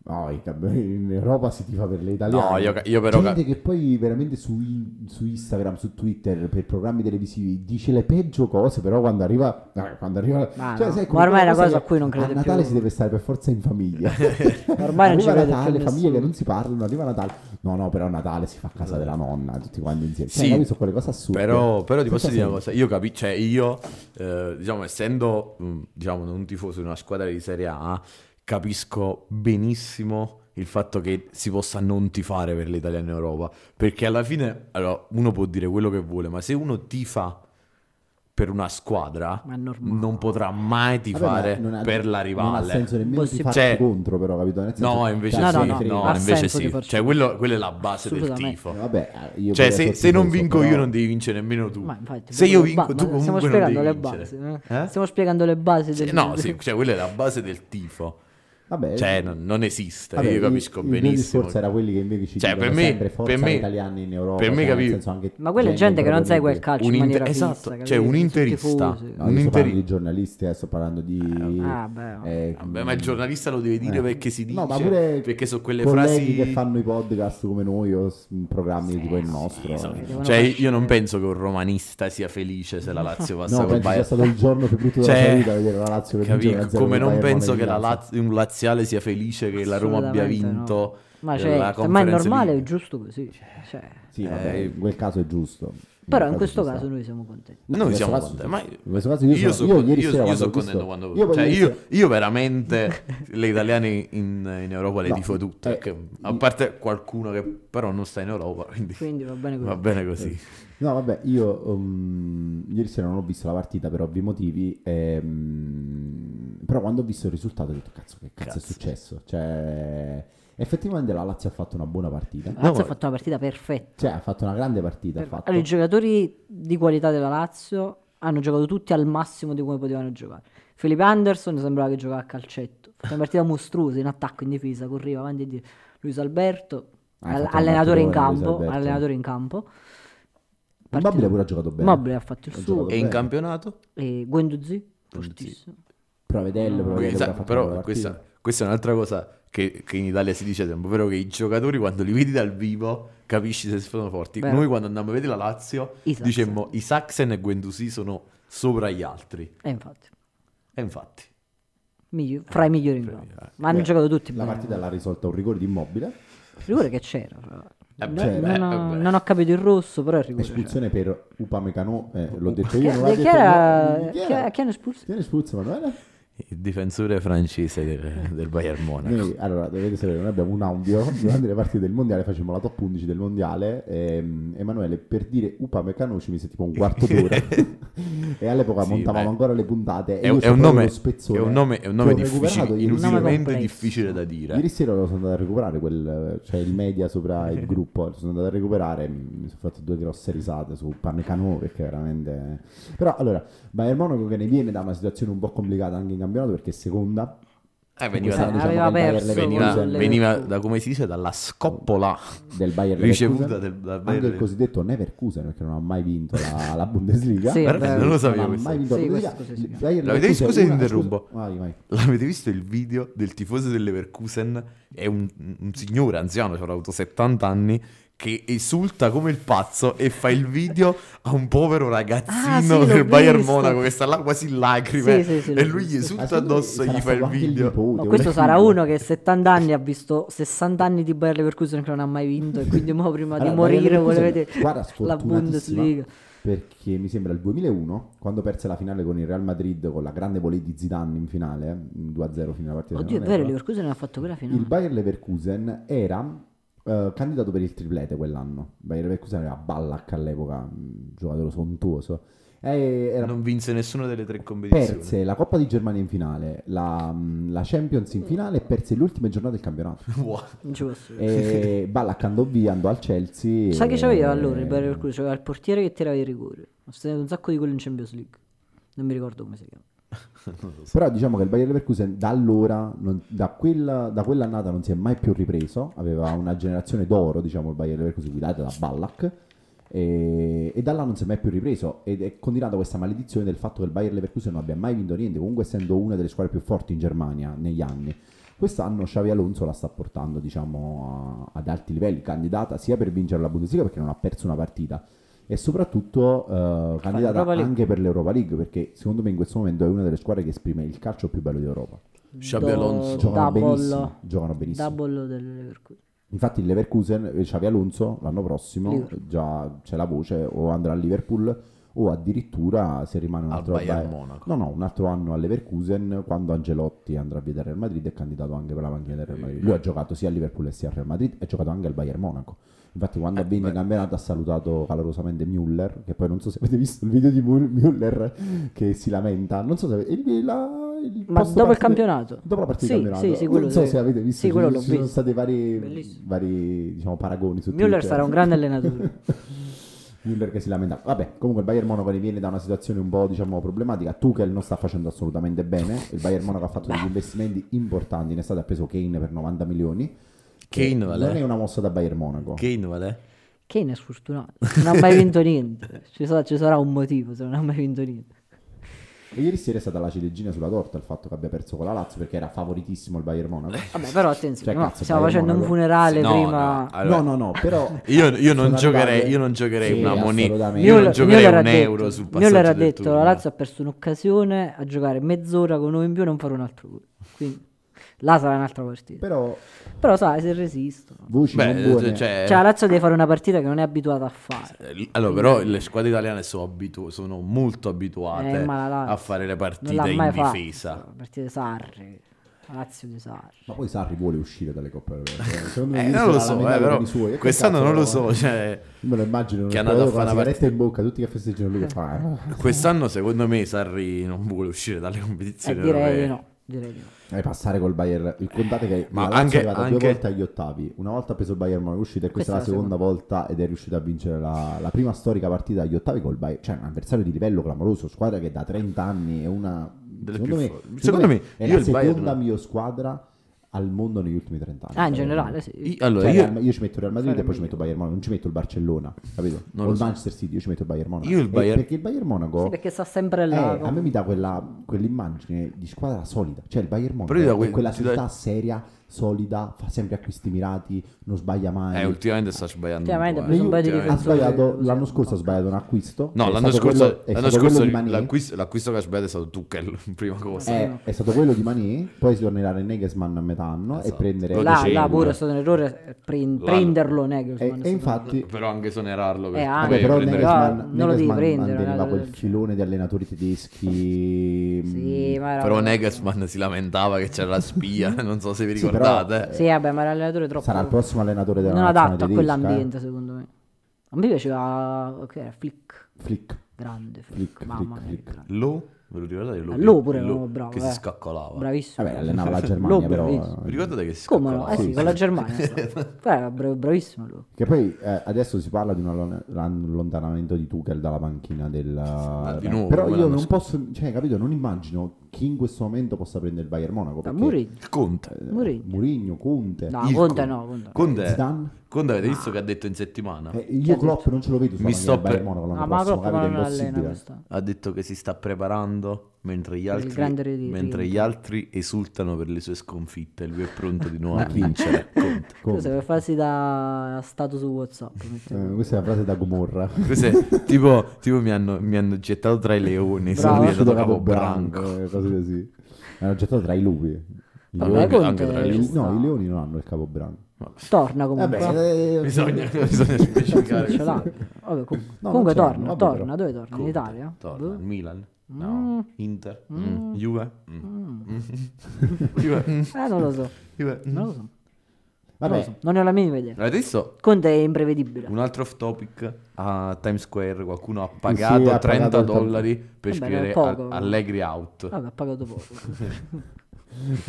A: "No, i camp- in Europa si tifa per le italiane.
B: No, io ca- io però
A: gente che poi veramente su, in- su Instagram, su Twitter, per programmi televisivi dice le peggio cose, però quando arriva eh, quando arriva
C: Ma
A: cioè,
C: Ah, no,
A: sai,
C: ma ormai è una cosa
A: che
C: a cui non crede
A: A Natale
C: più.
A: si deve stare per forza in famiglia.
C: Ormai non ci
A: arriva
C: crede
A: Natale, famiglie
C: più nessuno.
A: che non si parlano, arriva Natale. No, no, però Natale si fa a casa della nonna, tutti quanti insieme. Cioè,
B: Sì,
A: capi, sono quelle cose assurde. Cioè,
B: Però, però ti
A: Senza
B: posso dire una
A: senso.
B: cosa, io capisco, cioè io, eh, diciamo, essendo, mm, diciamo, non un tifoso di una squadra di Serie A, capisco benissimo il fatto che si possa non tifare per l'Italia in Europa, perché alla fine, allora, uno può dire quello che vuole, ma se uno tifa per una squadra,
C: Ma è normale.
B: non potrà mai
A: Vabbè, ma
B: tifare
A: non ha-
B: per la
A: Non ha
B: rivale.
A: senso nemmeno Cioè, di
C: Possibile.
A: farci
B: Cioè-
A: contro, però, capito? Nel senso-
B: No, invece
C: No, no,
B: sì,
C: no,
B: no,
C: ha
B: invece
C: senso di
B: sì.
C: farci-
B: Cioè, quello- quella è la base del
C: Assolutamente.
B: tifo.
A: Eh, vabbè, io
B: Cioè,
A: pure
B: se,
A: sotto
B: se non
A: penso,
B: vinco
A: però-
B: io non devi vincere nemmeno tu.
C: Ma infatti,
B: se io
C: proprio-
B: vinco,
C: ma-
B: tu
C: ma
B: comunque
C: stiamo
B: non
C: spiegando
B: devi
C: le
B: vincere.
C: basi. eh?
B: Eh?
C: Stiamo spiegando le basi del
B: Sì, no, sì, cioè, quella è la base del tifo.
A: Vabbè,
B: Cioè, non, non esiste.
A: Eh, vabbè,
B: io capisco
A: il, Il mio
B: benissimo.
A: discorso era quelli che invece ci
B: Cioè,
A: dicono
B: per me-
A: sempre forza
B: per me-
A: italiani in Europa.
B: per me,
A: cioè,
B: capi-
A: nel senso anche
C: Ma quella è gente che non segue
A: proprio
C: quel calcio
B: Cioè, Un
C: in
B: inter-
C: maniera fissa,
B: esatto, cioè,
C: capito?
B: un
C: Sono
B: interista.
C: tifosi.
A: No,
B: Un
A: io sto parlando
B: interi-
A: di giornalisti, eh, sto parlando di...
C: Ah, beh, no.
A: eh,
B: Vabbè, ma il giornalista lo deve dire
A: Eh.
B: perché si dice.
A: No, ma pure
B: perché sono quelle
A: colleghi
B: frasi.
A: che fanno i podcast come noi o s- programmi tipo il nostro.
B: Esatto.
A: eh.
C: devono
B: Cioè,
C: farci-
B: io non penso che un romanista sia felice se la Lazio passa
A: No, penso
B: col
A: sia
B: Bayern.
A: stato il giorno più brutto della sua
B: Cioè,
A: vita vedere la Lazio che
B: capi?
A: vince 1-0
B: come
A: col
B: non
A: Bayern
B: penso che la
A: Monaco in
B: Laz- un laziale sia felice che la Roma abbia
C: Assolutamente no.
B: vinto.
C: Ma,
B: eh,
C: cioè,
B: la
C: ma è
B: Conference
C: normale,
B: League.
C: è giusto così. Cioè.
A: casa. Sì, vabbè,
B: Eh,
A: in quel caso è giusto. In
C: Però
A: quel
C: in questo
A: ci sta.
C: caso noi siamo contenti.
A: No, in
B: Noi
A: questo
B: siamo
A: caso
B: contenti,
A: sì.
B: ma
A: In questo caso io, sono, io ieri sera
B: io
A: quando
B: sono
A: ho visto-
B: contento quando
A: io
B: cioè,
A: voglio
B: io,
A: essere-
B: io veramente le italiane in, in Europa le
A: No,
B: tifo tutte,
A: eh,
B: che- a parte qualcuno che però non sta in Europa, quindi,
C: Quindi va bene così.
B: va bene così.
A: No, vabbè, io um, ieri sera non ho visto la partita per ovvi motivi, ehm, però quando ho visto il risultato ho detto cazzo che cazzo, è
B: Cazzo.
A: successo? Cioè, effettivamente la Lazio ha fatto una buona partita,
C: La Lazio
B: ma-
C: ha fatto una partita perfetta.
A: cioè ha fatto una grande partita, ha
C: Per-
A: fatto.
C: Allora, i giocatori di qualità della Lazio hanno giocato tutti al massimo di come potevano giocare. Felipe Anderson sembrava che giocava a calcetto. Fa una partita mostruosa in attacco, in difesa, correva avanti e dietro. Luis Alberto,
A: Ah, ha
C: al-
A: fatto un
C: allenatore, in
A: batterone, Luis
C: campo,
A: Alberto.
C: allenatore in campo.
A: Immobile pure ha giocato bene.
C: Immobile ha fatto il
A: Ha
C: suo.
A: giocato
B: E
A: bene.
B: in campionato?
C: E Guendouzi, fortissimo.
A: Provedello,
C: No,
A: Provedello
B: Questa-
A: pure ha fatto una
B: però
A: buona
B: questa,
A: partita.
B: questa è un'altra cosa che, che in Italia si dice sempre, ovvero che i giocatori quando li vedi dal vivo capisci se sono forti.
C: Vero.
B: Noi quando andammo a vedere la Lazio
C: Isaksen.
B: dicemmo Isaacsen e Guendouzi sono sopra gli altri.
C: E Eh, infatti,
B: E infatti...
C: migli- fra i migliori in
B: Fra i
C: campo.
B: migliori.
C: Ma hanno
A: Beh,
C: giocato tutti
A: Eh, La
C: bene.
A: partita l'ha risolta un rigore di Immobile.
C: Il rigore che c'era. fra-
B: Eh,
C: No,
A: cioè,
B: c'era,
C: non,
B: eh,
C: ho,
B: vabbè.
C: non ho capito il rosso, però il rigore cioè. c'era.
A: Espulsione per Upamecano, eh, l'ho
B: Upa-
A: detto
C: Chi,
A: io, non l'ha
C: chi
A: detto
C: era-
A: lui.
C: chi
A: Chi
C: era-
A: era?
C: chi hanno espulso?
A: Chi era espulso, Manuela?
B: Il difensore francese del, del Bayern Monaco.
A: Noi, allora, dovete sapere, noi abbiamo un audio durante le partite del mondiale, facciamo la top 11 del mondiale. ehm, Emanuele, per dire Upamecano ci mise tipo un quarto d'ora. e all'epoca
B: Sì,
A: montavamo
B: beh.
A: ancora le puntate. e
B: È,
A: io
B: è un
A: cercavo
B: nome,
A: lo spezzone
B: è un nome, è un nome
A: che ho recuperato
B: difficile,
A: ieri sera.
B: inutilmente
C: complesso.
B: difficile da dire.
A: Ieri sera lo sono andato a recuperare, quel, cioè il media sopra il gruppo, lo sono andato a recuperare, mi sono fatto due grosse risate su Pamecano perché veramente... Però allora, Bayern Monaco che ne viene da una situazione un po' complicata anche in campionato perché è seconda,
B: Eh, veniva,
A: Questa
B: da,
A: è una
C: aveva
A: diciamo che il Bayern
C: perso
B: veniva-
C: con le-
B: veniva da, come si dice, dalla scoppola.
A: del Bayern
B: Ricevuta
A: Leverkusen.
B: del- dal Bayern
A: anche il
B: Lever-
A: cosiddetto Leverkusen perché non ha mai vinto la, la Bundesliga
C: Sì, Guarda,
B: beh, non lo sapevo
A: non ha
B: questo.
A: mai vinto
C: Sì,
A: la Bundesliga
C: questo sì, sì.
A: Il Bayern
B: L'avete visto?
A: Leverkusen
B: Scusa,
A: una-
B: ti interrompo.
A: vai Eh, vai
B: L'avete visto il video del tifoso dell'Everkusen? È un, un signore anziano, cioè avrà avuto 70 anni, che esulta come il pazzo e fa il video a un povero
C: Ah, sì,
B: ragazzino
C: l'ho
B: del Bayern
C: visto.
B: Monaco che sta là quasi in lacrime
C: Sì, sì, sì,
B: e
C: l'ho
B: lui gli
C: visto.
A: Ah,
B: esulta
A: secondo me
B: addosso e
A: sarà
B: gli fa il
A: stato anche
B: video.
A: nipote, eh,
C: No,
A: o
C: questo
A: il
C: sarà
A: figlio.
C: uno che a 70 anni ha visto 60 anni di Bayer Leverkusen che non ha mai vinto e quindi mo prima di
A: Allora,
C: morire
A: Bayern
C: vuole
A: Leverkusen,
C: vedere
A: guarda,
C: la
A: sfortunatissima.
C: Bundesliga.
A: perché mi sembra il 2001 quando perse la finale con il Real Madrid con la grande volée di Zidane in finale eh, 2-0 fino alla partita
C: Oddio,
A: non
C: è vero, il
A: erro.
C: Leverkusen ha fatto quella finale.
A: il Bayern Leverkusen era eh, candidato per il triplete quell'anno il Bayern Leverkusen era Ballack all'epoca un mm, giocatore sontuoso e era
B: Non vinse nessuna delle tre competizioni.
A: perse la Coppa di Germania in finale, la, mm, la Champions in finale e perse l'ultima giornata del campionato.
B: Wow.
C: Giusto.
A: E Ballack andò via, andò al Chelsea.
C: Sai che
A: e- eh,
C: c'aveva allora il Bayer Leverkusen? C'aveva il portiere che tirava i rigori. Ha segnato un sacco di gol in Champions League. Non mi ricordo come si chiama.
A: Però diciamo che il Bayer Leverkusen da allora, non- da, quella, da quell'annata non si è mai più ripreso, aveva una generazione d'oro, diciamo, il Bayer Leverkusen guidata da Ballack. E, e da là non si è mai più ripreso ed è continuata questa maledizione del fatto che il Bayer Leverkusen non abbia mai vinto niente, comunque essendo una delle squadre più forti in Germania negli anni. Quest'anno Xavi Alonso la sta portando diciamo, a- ad alti livelli, candidata sia per vincere la Bundesliga perché non ha perso una partita e soprattutto eh, candidata
C: l'Europa League.
A: anche per l'Europa League perché secondo me in questo momento è una delle squadre che esprime il calcio più bello d'Europa.
B: Xabi
C: Do-
B: Alonso.
A: Giocano
C: double-
A: benissimo, giocano benissimo.
C: Double del Leverkusen.
A: Infatti il Leverkusen, eh, Xavi Alonso l'anno prossimo
C: Liverpool.
A: già c'è la voce o andrà al Liverpool o addirittura se rimane eh, un
B: Al
A: altro
B: Bayern
A: Bayern-
B: Monaco.
A: No, no, un altro anno al Leverkusen quando Angelotti andrà via dal Real Madrid è candidato anche per la panchina del Real Madrid. Lui ha giocato sia al Liverpool sia al Real Madrid e ha giocato anche al Bayern Monaco. Infatti quando
B: Eh,
A: avvenne
B: beh.
A: il campionato ha salutato calorosamente Müller, che poi non so se avete visto il video di Mul- Müller che si lamenta, non so se avete... il- la- il
C: Ma
A: post
C: dopo
A: partita-
C: il campionato?
A: Dopo la partita
C: Sì,
A: del
C: sì,
A: campionato.
C: sì, quello
A: non so
C: sì.
A: se avete visto,
C: Sì, quello
A: ci-
C: l'ho
A: ci sono
C: visto.
A: stati vari,
C: Bellissimo.
A: vari, diciamo, paragoni su
C: Müller
A: Twitter.
C: sarà un grande allenatore.
A: Müller che si lamenta. Vabbè, comunque il Bayern Monaco viene da una situazione un po' diciamo problematica. Tuchel non sta facendo assolutamente bene. Il Bayern Monaco ha fatto degli investimenti importanti. In estate ha preso Kane per 90 milioni.
B: Kane
A: Non è
B: vale?
A: una mossa da Bayern Monaco.
B: Kane vale?
C: Kane è sfortunato. Non ha mai vinto niente. Ci sarà, ci sarà un motivo se non ha mai vinto niente.
A: E ieri sera è stata la ciliegina sulla torta il fatto che abbia perso con la Lazio perché era favoritissimo il Bayern
B: Eh,
A: Monaco.
C: Vabbè, però attenzione,
A: Cioè,
C: no,
A: cazzo,
C: stiamo
A: Bayern
C: facendo un
A: Monaco.
C: funerale
B: No,
C: prima.
B: no, allora-
A: No, no, no, però
B: Io, io non
A: sono
B: giocherei,
A: arrivate-
B: io non giocherei
A: Sì,
B: una moneta,
A: assolutamente.
B: io non
C: Müller-
B: giocherei
C: Müller ha
B: un euro
C: detto-
B: sul passaggio
C: Müller ha
B: del
C: detto
B: turno.
C: la Lazio ha perso un'occasione a giocare mezz'ora con noi in più e non fare un altro gol. Quindi là sarà un'altra partita.
A: però
C: Però sai, se resistono.
A: voci
B: Beh,
A: non buone.
B: cioè,
C: Cioè la Lazio deve fare una partita che non è abituata a fare.
B: eh, allora, però le squadre italiane sono, abitu- sono molto abituate
C: Eh, ma la Lazio
B: a fare le
C: Non
B: partite
C: l'ha
B: in
C: mai fatta.
B: difesa.
C: Partite Sarri. La Lazio di Sarri.
A: Ma poi Sarri vuole uscire dalle coppe europee. Secondo
B: Eh,
A: ieri
B: non lo
A: sarà
B: so, eh,
A: lamentato
B: però
A: con i suoi. E che
B: quest'anno
A: cazzo
B: non lo
A: era?
B: so. Cioè,
A: Io me lo immagino
B: Che è
A: un
B: andato a
A: giocatore
B: fare
A: con la
B: una
A: sigaretta in bocca, tutti che festeggiano lui che fa. "Ah,
B: quest'anno, secondo me, Sarri non vuole uscire dalle
C: Eh,
B: competizioni
C: direi
B: europee.
C: di no. Direi di no.
A: E passare col Bayern. Il contate che
B: Ma
A: la Lazio
B: anche-
A: è arrivata
B: anche-
A: due volte agli ottavi. Una volta ha preso il Bayern Monaco è uscita e questa,
C: Questa
A: è
C: è
A: la
C: la
A: seconda volta ed è riuscita a vincere la, la prima storica partita agli ottavi col Bayern. Cioè un avversario di livello clamoroso, squadra che da 30 anni è una...
B: Delle
A: Secondo
B: più
A: me,
B: forti.
A: secondo
B: Secondo
A: me
B: me,
A: è
B: io
A: la
B: il Bayern-
A: seconda miglior squadra al mondo negli ultimi 30 anni.
C: Ah, in generale sì.
B: I- allora,
A: Cioè,
B: io,
A: Real- Eh, io ci metto Real Madrid
C: Fare
A: e poi ci
C: meglio.
A: metto Bayern Monaco, non ci metto il Barcellona, capito?
B: Non
A: o
B: lo
A: il
B: so.
A: Manchester City, io ci metto il Bayern Monaco.
B: Io il
A: E
B: Bayern-
A: Perché il Bayern Monaco
C: Sì, perché sta sempre
A: boh. eh,
C: là.
A: a me mi dà quella- quell'immagine di squadra solida, cioè il Bayern Monaco
B: Però io da
A: è
B: quel-
A: quella
B: ti dà-
A: società seria, solida, fa sempre acquisti mirati, non sbaglia mai.
B: Eh, ultimamente sta sbagliando. un
C: Chiaramente,
B: po',
C: ha
B: eh.
C: preso un paio di
B: Ultimamente.
A: ha
C: difensori.
A: sbagliato,
C: Sì,
A: l'anno scorso ha
C: ok.
A: sbagliato un acquisto.
B: No,
A: è
B: l'anno
A: stato
B: scorso,
A: quello- è
B: l'anno
A: stato
B: scorso
A: quello di Mané.
B: l'acquisto, l'acquisto che ha sbagliato è stato Tuchel, prima cosa.
C: Eh,
A: è, è stato quello di Mané, poi si tornerà a Negesman a metà anno
B: Esatto.
A: e prendere...
B: Lo
C: Là,
B: dicevo,
C: là pure
B: eh.
C: è stato un errore eh, pren-
B: Là-
C: prenderlo
A: E,
C: Negelsmann. è stato
A: e
C: un
A: infatti...
B: Però anche esonerarlo. per-
C: Eh, anche.
B: come
A: Vabbè, ah, però
B: Ah, prendere-
C: Negas-
A: Negesman,
C: No, non lo devi
A: Negesman
C: prendere,
A: manteneva
C: una cosa
A: quel
C: del
A: filone di allenatori tedeschi. mm,
C: errore. Sì, ma era-
B: Però Negasman si lamentava che c'era la spia, non so se vi
A: Sì, però-
B: ricordate.
C: Sì, vabbè, ma era un allenatore troppo.
A: eh, Sarà il prossimo allenatore della
C: non
A: nazionale
C: adatto a
A: tedesca, eh.
C: quell'ambiente, secondo me. A me piaceva. Ok, era Flick.
A: eh. Flick.
C: Grande Flick.
A: Flick,
C: Mamma
A: Flick,
C: mia,
A: Flick.
C: grande.
B: Lo, ve lo ricordate? Lo,
C: Lo pure era
B: Lo
C: bravo,
B: Che
C: eh.
B: si scaccolava.
C: Bravissimo.
A: Vabbè, allenava la Germania, però. eh,
C: bravissimo.
B: Vi ricordate che si
C: Come
B: scaccolava?
C: no? Eh sì,
A: Sì,
C: con
A: sì.
C: la Germania. è stato. Poi era bra- bravissimo lui.
A: Che poi eh, adesso si parla di un allon- allontanamento di Tuchel dalla panchina del... eh,
B: di nuovo,
A: Però
B: come
A: io
B: l'anno
A: non posso, cioè capito, non immagino chi in questo momento possa prendere il Bayern Monaco.
C: Da
A: Perché,
C: Mourinho.
B: Conte.
A: eh,
C: Mourinho.
A: Mourinho, Conte,
C: No,
B: Il
C: Conte
B: Conte.
C: no, Conte. no.
B: Conte,
A: Zidane.
B: Conte avete
C: Ah.
B: visto che ha detto in settimana?
A: Eh,
C: Chi ha
A: io Klopp non ce lo vedo sulla
B: Mi
A: panchina
B: sto
A: del Bayern
B: per-
A: Monaco
C: No,
A: l'anno
C: ma
A: prossimo,
C: proprio
A: capito, è
C: non allena
A: impossibile.
C: quest'anno.
B: Ha detto che si sta preparando mentre gli
C: Per il
B: altri,
C: grande ri-
B: mentre gli
C: rientro.
B: altri esultano per le sue sconfitte. Lui è pronto di nuovo
A: Ma
B: a
A: chi?
B: vincere. Conte.
C: Tu
A: Conte.
C: sei per farsi da status su WhatsApp. metti.
A: Eh, questa è la frase da Gomorra.
B: Questo è tipo, tipo mi, hanno, mi hanno gettato tra i leoni.
C: Bravo.
B: Sono diventato
A: Capo
B: capobranco.
A: eh, cose così. Hanno gettato tra i lupi. I
C: Vabbè,
A: leoni-
C: Conte
B: anche tra i
C: ci
B: leoni.
A: i-
C: sta.
A: no, i leoni non hanno il capobranco.
C: Torna comunque.
A: Vabbè, eh,
B: Bisogna, bisogna specificare.
C: Ce l'ha. Vabbè, com-
A: No,
C: comunque
A: ce l'ha,
C: torna,
A: vabbè, però.
C: torna, dove torna? In
B: Conte,
C: Italia?
B: Torna.
C: Boh.
B: Milan. No.
C: Mm.
B: Inter. Mm.
C: Mm.
B: Juve. Mm. Mm. Juve. Mm.
C: Eh, non lo so,
B: Juve. Mm.
C: non lo so, non lo
A: Vabbè,
C: so, non ne ho la minima idea.
B: Avete visto?
C: Conte è imprevedibile.
B: Un altro off topic a Times Square qualcuno ha pagato
A: ha pagato
B: 30
A: il top-
B: dollari per
C: Vabbè,
B: scrivere
C: poco.
B: Al- Allegri out.
C: Vabbè, ha pagato poco.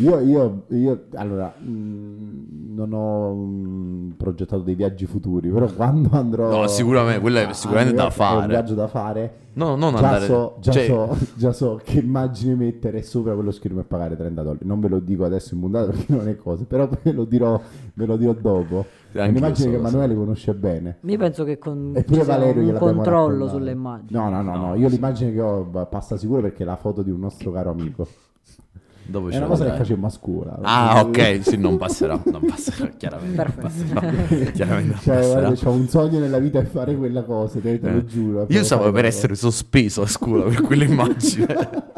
A: io, io, io allora mh, non ho mh, progettato dei viaggi futuri, però quando andrò
B: No, sicuramente, quello è
A: a-
B: sicuramente
A: a
B: da
A: New York, è
B: fare.
A: Un viaggio da fare.
B: No, non
A: già,
B: andare.
A: so, già,
B: cioè,
A: so, già so che immagini mettere sopra quello schermo e pagare 30 dollari. Non ve lo dico adesso in puntata perché non è cosa, però ve lo dirò, ve lo dirò dopo.
B: Sì,
A: È
B: anch'io so,
A: Un'immagine che
B: lo so.
A: Emanuele conosce bene.
C: Io penso che con
A: E pure
C: ci sia
A: Valerio
C: un
A: gliel'abbiamo
C: controllo
A: raccontato.
C: sulle immagini.
A: No, no, no, no, io l'immagine che ho va- passa sicuro perché è la foto di un nostro caro amico.
B: dopo
A: È
B: ce
A: una
B: lo
A: cosa che
B: dai.
A: facevamo a scuola.
B: Ah, ok, sì, non passerà, non passerà, chiaramente. non passerà, chiaramente non
A: Cioè,
B: passerà. Eh.
A: guarda, c'ho un sogno nella vita è fare quella cosa, te, te lo giuro.
B: Io stavo
A: stavo
B: per essere sospeso a scuola per quell'immagine.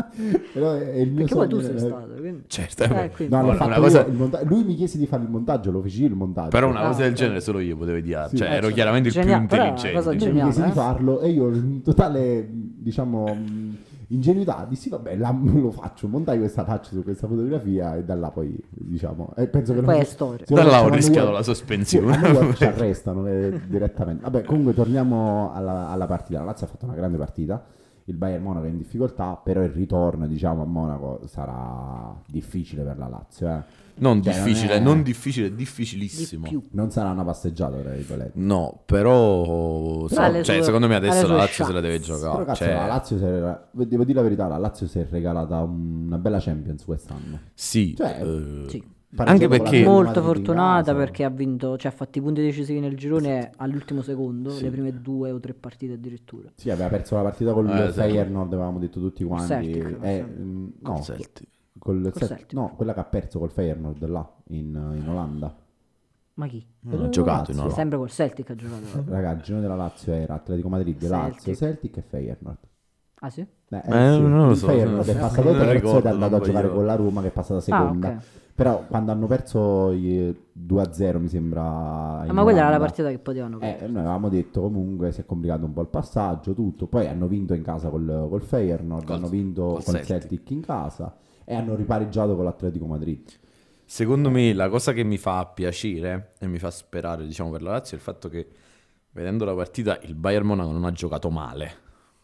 A: Però è il mio
C: Perché poi tu
A: sogno
C: sei
A: nella-
C: stato, quindi...
B: certo,
C: Eh,
B: vabbè.
C: quindi-
A: No, l'ho
B: Allora,
A: fatto
B: una cosa-
A: io, il monta- lui mi chiese di fare il montaggio, lo feci io il montaggio.
B: però una
C: Ah,
B: cosa del
C: ok.
B: genere solo io potevo dire,
A: Sì,
B: cioè
A: eh,
B: ero
A: certo.
B: chiaramente
C: Geniale,
B: il
C: però
B: più
C: è una
B: intelligente.
C: cosa
A: Lui Cioè, mi chiese
C: Geniale,
A: di
C: eh?
A: farlo e io in totale, diciamo, mh, ingenuità dissi vabbè, là lo faccio, montai questa faccia su questa fotografia e da là poi, diciamo, e penso che...
C: Poi
A: non-
C: è storia.
A: se
B: Da
A: lo
B: là ho
A: facciamo a New
B: rischiato
A: York-
B: la
A: Sì, a New York ci
B: sospensione.
A: arrestano eh, direttamente. Vabbè, comunque torniamo alla, alla partita. La Lazio ha fatto una grande partita. Il Bayern Monaco è in difficoltà, però il ritorno, diciamo, a Monaco sarà difficile per la Lazio. eh.
B: Non
A: Cioè, non
B: difficile,
A: è-
B: non difficile,
C: Di
B: difficilissimo.
C: più.
A: Non sarà una passeggiata, tra virgolette.
B: No, però
C: Però
B: so-
C: le
B: cioè,
C: sue-
B: secondo me
C: alle
B: adesso
C: sue
B: la Lazio se la
C: chance.
B: deve
A: Però
B: giocare.
A: cazzo,
B: cioè,
A: la Lazio si è- devo dire la verità, la Lazio si è regalata una bella Champions quest'anno.
B: sì,
A: Cioè,
B: eh,
C: Sì.
B: Anche perché- Che-
C: Molto fortunata perché ha vinto, cioè ha fatto i punti decisivi nel girone all'ultimo secondo, le prime due o tre partite addirittura.
A: Sì, aveva perso la partita col
B: Eh, sì.
A: Feyenoord, avevamo detto tutti quanti.
C: Celtic,
A: Eh,
C: forse.
A: mh, no,
B: Celtic.
A: col Cel-
C: Celtic.
A: no, quella che ha perso col Feyenoord là in, in Olanda.
C: Ma chi?
B: non ha giocato in Olanda.
C: Sempre col Celtic ha giocato.
A: Raga, il girone della Lazio era Atletico Madrid,
C: Celtic.
A: Lazio, Celtic e Feyenoord.
C: Ah sì?
A: Beh,
B: Eh, non lo so,
A: Il Feyenoord
B: non
A: è
B: lo so.
A: passato
B: Non
A: terzo ed
B: ricordo,
A: è andato a
B: non
A: giocare
B: voglio-
A: con la Roma che è passata seconda.
C: Ah, ok.
A: Però quando hanno perso i 2-0 mi sembra...
C: Ah,
A: in
C: ma quella era la
A: Olanda,
C: partita che potevano perdere.
A: eh, noi avevamo detto comunque si è complicato un po' il passaggio, tutto. Poi hanno vinto in casa col, col Feyenoord,
B: Col-
A: hanno vinto
B: col
A: col Celtic. in casa e hanno ripareggiato con l'Atletico Madrid.
B: Secondo me la cosa che mi fa piacere e mi fa sperare, diciamo, per la Lazio è il fatto che vedendo la partita il Bayern Monaco non ha giocato male.